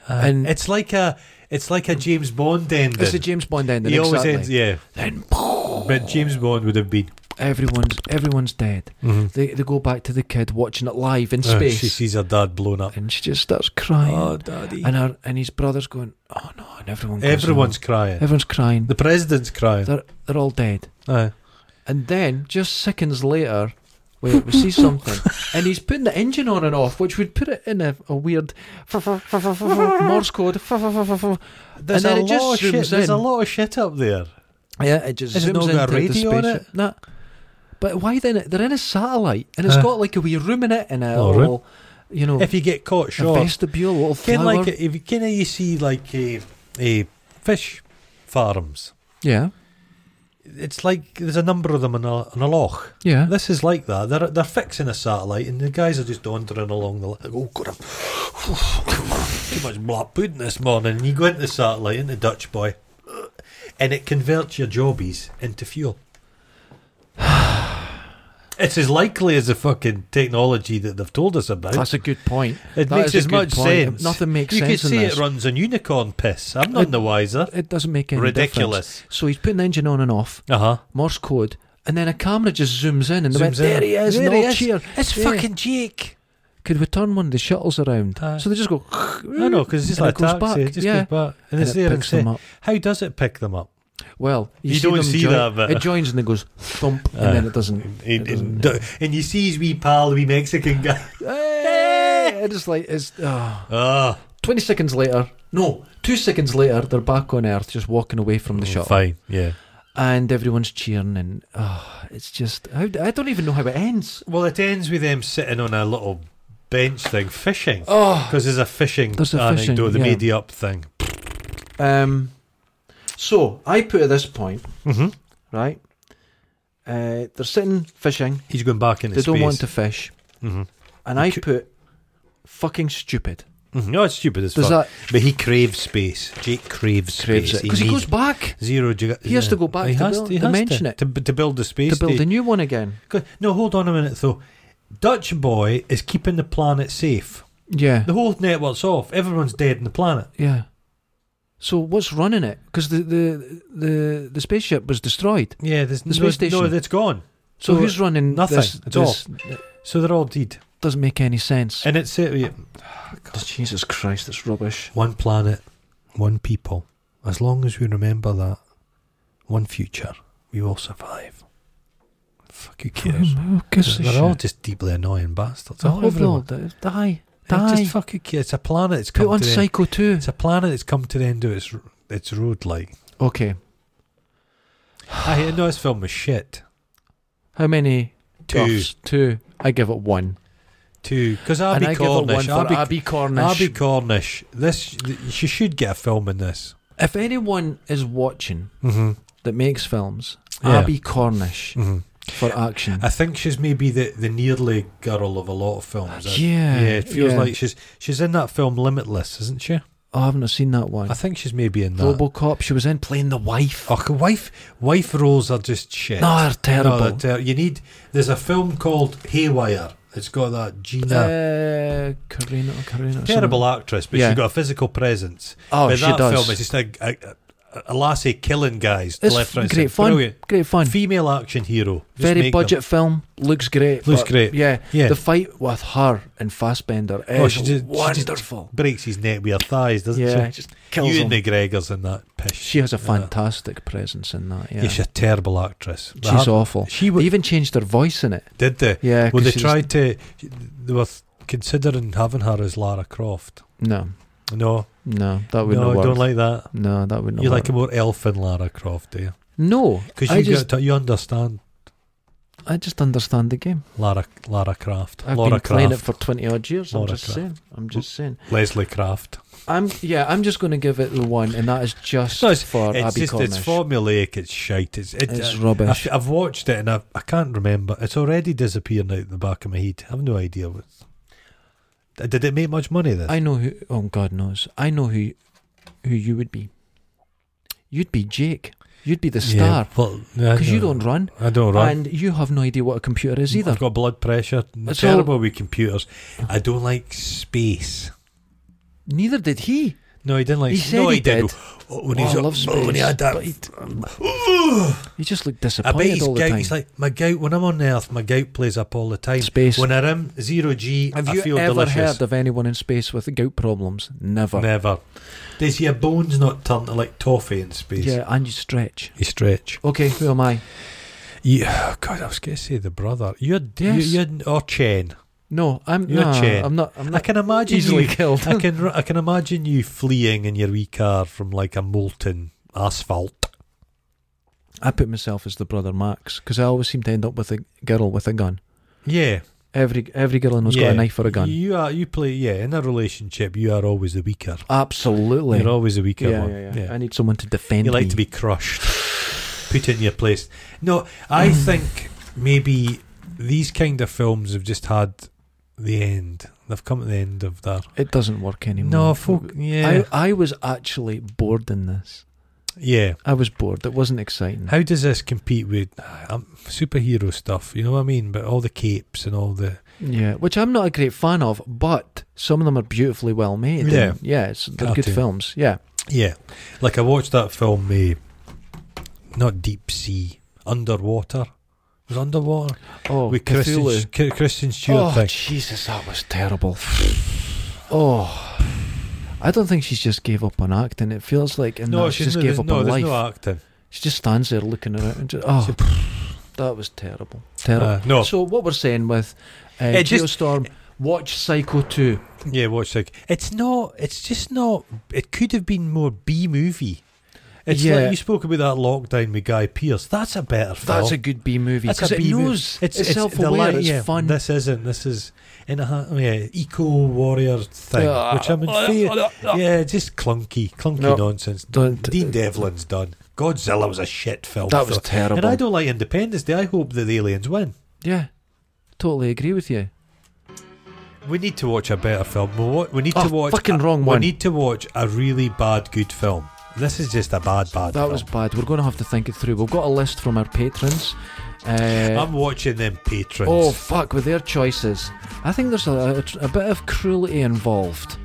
S3: Uh,
S2: and
S3: it's like a it's like a James Bond ending.
S2: it's a James Bond ending.
S3: he always
S2: exactly.
S3: ends, yeah.
S2: Then
S3: But James Bond would have been.
S2: everyone's everyone's dead. They they go back to the kid watching it live in
S3: Uh,
S2: space,
S3: she sees her dad blown up.
S2: and she just starts crying.
S3: Oh, daddy!
S2: and her and his brother's going, oh no, and everyone goes,
S3: Everyone's
S2: "Oh."
S3: crying.
S2: everyone's crying.
S3: The president's crying.
S2: They're they're all dead.
S3: Aye.
S2: And then just seconds later, we, we see
S3: (laughs)
S2: something, and he's putting the engine on and off, which would put it in a, a weird Morse code.
S3: There's
S2: then
S3: a
S2: it just
S3: lot of shit.
S2: zooms
S3: There's a
S2: in.
S3: lot of shit up there.
S2: Yeah, it just
S3: Has it
S2: zooms
S3: not
S2: into
S3: got a
S2: the
S3: radio on
S2: spaceship. Nah. But why then? They're in a satellite, and it's
S3: Huh.
S2: got like a wee room in it, and a
S3: Little room.
S2: little, you know,
S3: If you get caught
S2: a
S3: short,
S2: vestibule, a little Oh.
S3: kind
S2: flower.
S3: like if you kind of you see like a, a fish farms.
S2: yeah,
S3: It's like there's a number of them in a, in a loch.
S2: yeah.
S3: This is like that. They're they're fixing a satellite, and the guys are just wandering along the. Li- oh God, I'm (sighs) too much black pudding this morning. And you go into the satellite, into Dutch boy, and it converts your jobbies into fuel. (sighs) It's as likely as the fucking technology that they've told us about.
S2: That's a good point.
S3: it
S2: that is
S3: makes
S2: a
S3: as
S2: good
S3: much
S2: point.
S3: sense.
S2: Nothing makes
S3: you
S2: sense
S3: could
S2: in
S3: say
S2: this.
S3: it runs on unicorn piss. I'm none
S2: It-
S3: the wiser.
S2: It doesn't make any
S3: Ridiculous.
S2: difference. So he's putting the engine on and off.
S3: Uh huh.
S2: Morse code, and then a camera just zooms in and they went,
S3: Zooms in.
S2: there he is,
S3: There
S2: and
S3: he
S2: all
S3: is.
S2: cheer.
S3: It's
S2: Yeah.
S3: fucking Jake.
S2: could we turn one of the shuttles around?
S3: Aye.
S2: so they just go.
S3: I know because it's just
S2: and
S3: like
S2: it goes
S3: taxi.
S2: back.
S3: It just
S2: yeah.
S3: goes back, and,
S2: And
S3: it's
S2: it
S3: there and
S2: picks them
S3: say,
S2: up.
S3: how does it pick them up?
S2: Well, you,
S3: You don't
S2: them
S3: see
S2: join-
S3: that bit.
S2: It joins and it goes thump, and
S3: Aye.
S2: then it doesn't.
S3: And,
S2: doesn't-
S3: and- and you see his wee pal, the wee Mexican guy.
S2: Hey! It's like it's (laughs) ah.
S3: Ah,
S2: 20 seconds later. No, two seconds later, they're back on Earth, just walking away from the shuttle,
S3: fine, yeah.
S2: and everyone's cheering, and ah, it's just how, I don't even know how it ends.
S3: Well, it ends with them sitting on a little bench thing fishing
S2: Oh,
S3: because there's a fishing
S2: There's a
S3: anecdote,
S2: fishing,
S3: the
S2: yeah.
S3: media up thing.
S2: um, so I put at this point,
S3: Mm-hmm.
S2: right? Uh, they're sitting fishing.
S3: He's going back into
S2: They
S3: space.
S2: don't want to fish,
S3: hmm
S2: and I put fucking stupid.
S3: Mm-hmm. No, it's stupid as
S2: Does
S3: fuck.
S2: that
S3: But he craves space. Jake craves,
S2: craves
S3: space
S2: it because he
S3: needs
S2: goes back
S3: zero. giga-
S2: He has to go back
S3: He
S2: to
S3: has
S2: build-
S3: he
S2: to
S3: has
S2: mention it.
S3: to, to build the space.
S2: to build a
S3: station.
S2: new one again.
S3: Good. No, hold on a minute though. Dutch boy is keeping the planet safe.
S2: Yeah,
S3: The whole network's off. Everyone's dead on the planet.
S2: yeah. So what's running it? Because the, the the the spaceship was destroyed.
S3: Yeah, there's
S2: The
S3: no,
S2: space station.
S3: no, it's gone.
S2: So,
S3: So
S2: who's running
S3: nothing
S2: This,
S3: at
S2: this
S3: So they're all dead.
S2: doesn't make any sense.
S3: And it's uh, yeah,
S2: Jesus Christ, it's rubbish.
S3: one planet, one people. As long as we remember that, one future, we will survive. Fuck who cares?
S2: Who gives a
S3: They're all
S2: shit?
S3: just deeply annoying bastards.
S2: The
S3: all everyone.
S2: die,
S3: Yeah,
S2: die.
S3: Just fuck who cares? It's a planet that's come
S2: Put on
S3: to the end.
S2: Psycho too.
S3: It's a planet that's come to the end of its r- its road. Like
S2: Okay,
S3: (sighs) I know this film was shit.
S2: how many?
S3: Two.
S2: Duffs? Two. I give it one.
S3: Too because Abby
S2: and I
S3: Cornish.
S2: give it one for
S3: Abby,
S2: Abby, Cornish.
S3: Abby Cornish. This she should get a film in this.
S2: if anyone is watching
S3: Mm-hmm.
S2: that makes films,
S3: Yeah.
S2: Abby Cornish
S3: Mm-hmm.
S2: for action.
S3: I think she's maybe the, the nearly girl of a lot of films. I-
S2: Yeah,
S3: yeah. It feels
S2: yeah.
S3: like she's she's in that film Limitless, isn't she?
S2: Oh, I haven't seen that one.
S3: I think she's maybe in that.
S2: RoboCop. She was in playing the wife.
S3: Oh, c- wife wife roles are just shit.
S2: no, they're terrible.
S3: No, they're ter- you need. There's a film called Haywire. It's got that Gina.
S2: Uh, Karina, Karina.
S3: Terrible actress,
S2: Uh,
S3: but
S2: Yeah.
S3: she's got a physical presence.
S2: Oh,
S3: but
S2: she
S3: that
S2: does.
S3: film is just a, a, a- a lassie killing guys
S2: It's
S3: left, right, and
S2: great
S3: centre.
S2: fun.
S3: Brilliant.
S2: Great fun.
S3: Female action hero. Just
S2: Very
S3: make them.
S2: budget film. Looks great.
S3: Looks
S2: but
S3: great.
S2: Yeah.
S3: Yeah.
S2: The fight with her and Fassbender is
S3: Oh, she did- she did-
S2: wonderful.
S3: Breaks his neck with her thighs, doesn't
S2: yeah.
S3: she?
S2: Just kills
S3: you
S2: him.
S3: and McGregor's in that piss.
S2: she has a
S3: Yeah.
S2: fantastic presence in that. Yeah.
S3: Yeah, she's a terrible actress. They
S2: She's
S3: had-
S2: awful.
S3: She
S2: They
S3: w-
S2: even changed her voice in it.
S3: did they?
S2: Yeah. 'cause
S3: Well, they
S2: she was-
S3: tried to. They were considering having her as Lara Croft.
S2: No,
S3: No,
S2: no, that would
S3: no,
S2: not
S3: I
S2: work.
S3: don't like that.
S2: no, that would not
S3: you
S2: work.
S3: like a more elfin Lara Croft, do you?
S2: no,
S3: Because
S2: I
S3: you
S2: just,
S3: got to, you understand
S2: I just understand the game.
S3: Lara Lara Croft,
S2: I've
S3: Laura
S2: been playing it
S3: Croft,
S2: for twenty odd years. I'm
S3: Laura
S2: just
S3: Croft.
S2: saying. I'm just saying.
S3: Leslie Craft.
S2: I'm yeah. I'm just going to give it the one, and that is just
S3: No, it's-
S2: for
S3: It's
S2: Abby
S3: just
S2: Cornish.
S3: it's formulaic. It's shite. It's it,
S2: It's
S3: I-
S2: rubbish.
S3: I've, I've watched it and I, I can't remember. It's already disappearing out the back of my head. I've no idea what. Did it make much money? This
S2: I know who. Oh God knows. I know who. Who you would be? You'd be Jake. You'd be the star
S3: Yeah, well, I
S2: because you don't run,
S3: I don't run.
S2: and you have no idea what a computer is either.
S3: I've got blood pressure.
S2: It's
S3: terrible with computers. I don't like space.
S2: Neither did he.
S3: No, he didn't like.
S2: He said
S3: no,
S2: he
S3: did.
S2: did.
S3: Oh, when
S2: Oh,
S3: he's
S2: I
S3: up-
S2: love
S3: oh, When he
S2: space,
S3: had that,
S2: but he-
S3: Ooh.
S2: He just looked
S3: I bet
S2: disappointed
S3: he's
S2: all the
S3: gout.
S2: time.
S3: He's like my gout. When I'm on Earth, my gout plays up all the time.
S2: Space.
S3: When I'm in zero G,
S2: Have
S3: I
S2: you
S3: feel
S2: ever
S3: delicious.
S2: heard of anyone in space with gout problems? Never.
S3: Never. Does your bones not turn to like toffee in space?
S2: Yeah, and you stretch.
S3: You stretch.
S2: Okay, who am I?
S3: Yeah. God, I was going to say the brother. You're
S2: Yes.
S3: yes. You're,
S2: oh,
S3: or Chen.
S2: No, I'm
S3: You're
S2: nah,
S3: Chen.
S2: I'm not. I'm
S3: I (laughs)
S2: not
S3: can imagine
S2: easily
S3: you.
S2: killed.
S3: I can I can imagine you fleeing in your wee car from like a molten asphalt.
S2: I put myself as the brother Max because I always seem to end up with a girl with a gun.
S3: Yeah,
S2: Every every girl I know's
S3: yeah.
S2: got a knife or a gun.
S3: You are you play yeah in a relationship. You are always the weaker.
S2: Absolutely.
S3: You're always the weaker
S2: yeah,
S3: one.
S2: yeah, yeah. I need someone to defend
S3: You like
S2: me.
S3: to be crushed, put in your place. No, I
S2: Mm.
S3: think maybe these kind of films have just had the end. They've come to the end of their.
S2: it doesn't work anymore.
S3: No, folk. Yeah,
S2: I I was actually bored in this.
S3: yeah.
S2: I was bored. It wasn't exciting.
S3: How does this compete with um, superhero stuff? You know what I mean? But all the capes and all the
S2: yeah, which I'm not a great fan of, but some of them are beautifully well made. and
S3: Yeah.
S2: yeah, it's, they're
S3: Cartoon.
S2: good films. Yeah,
S3: yeah. Like uh, I watched that film, eh, not deep sea, underwater. was underwater
S2: Oh,
S3: with Kristen,
S2: Cthulhu.
S3: K- Kristen Stewart
S2: oh,
S3: thing.
S2: Jesus, that was terrible. oh, I don't think she's just gave up on acting. It feels like in that she
S3: she's
S2: just
S3: no-
S2: gave
S3: there's
S2: up
S3: no,
S2: on
S3: there's
S2: life.
S3: no acting.
S2: she just stands there looking around. And just, oh, that was terrible. Terrible.
S3: Uh, no,
S2: So what we're saying with uh,
S3: It just-
S2: Geostorm, watch Psycho Two.
S3: yeah, watch like it's not. It's just not. It could have been more B movie. It's
S2: Yeah.
S3: like you spoke about that lockdown with Guy Pearce. That's a better film.
S2: That's a good B movie
S3: That's a
S2: because it
S3: B movie.
S2: knows it's, self-aware.
S3: the li-
S2: it's
S3: yeah,
S2: fun.
S3: This isn't. This is in a ha- yeah, eco warrior thing,
S2: Ah.
S3: which I'm in favour. Oh, yeah, just clunky, clunky
S2: No.
S3: nonsense.
S2: Don't- Oh,
S3: Dean Devlin's done. Godzilla was a shit film.
S2: That was
S3: So-
S2: terrible.
S3: And I don't like Independence Day. I hope that the aliens win.
S2: Yeah, totally agree with you.
S3: We need to watch a better film. We, wa- we need
S2: Oh,
S3: to watch
S2: fucking
S3: a,
S2: wrong
S3: we
S2: one.
S3: need to watch a really bad good film. This is just a bad bad.
S2: That
S3: film.
S2: was bad. We're going to have to think it through. We've got a list from our patrons. Uh,
S3: I'm watching them patrons.
S2: oh fuck with their choices. I think there's a, a, a bit of cruelty involved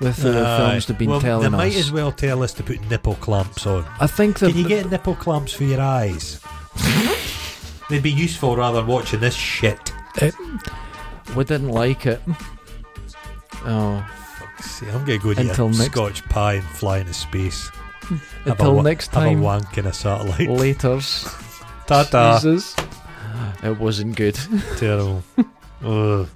S2: with the
S3: Aye.
S2: films they've been
S3: well,
S2: telling
S3: They
S2: us.
S3: might as well tell us to put nipple clamps on.
S2: I think that
S3: Can you get nipple clamps for your eyes? They'd be useful rather than watching this shit.
S2: we didn't like
S3: (laughs)
S2: it. Oh,
S3: See, I'm gonna go to
S2: Until next-
S3: Scotch pie and fly into space. Have a
S2: until
S3: wa-
S2: next
S3: Have a
S2: time. Oh,
S3: wank in a satellite.
S2: Later's.
S3: Ta ta.
S2: Jesus. It wasn't good. (laughs)
S3: Terrible. Ugh.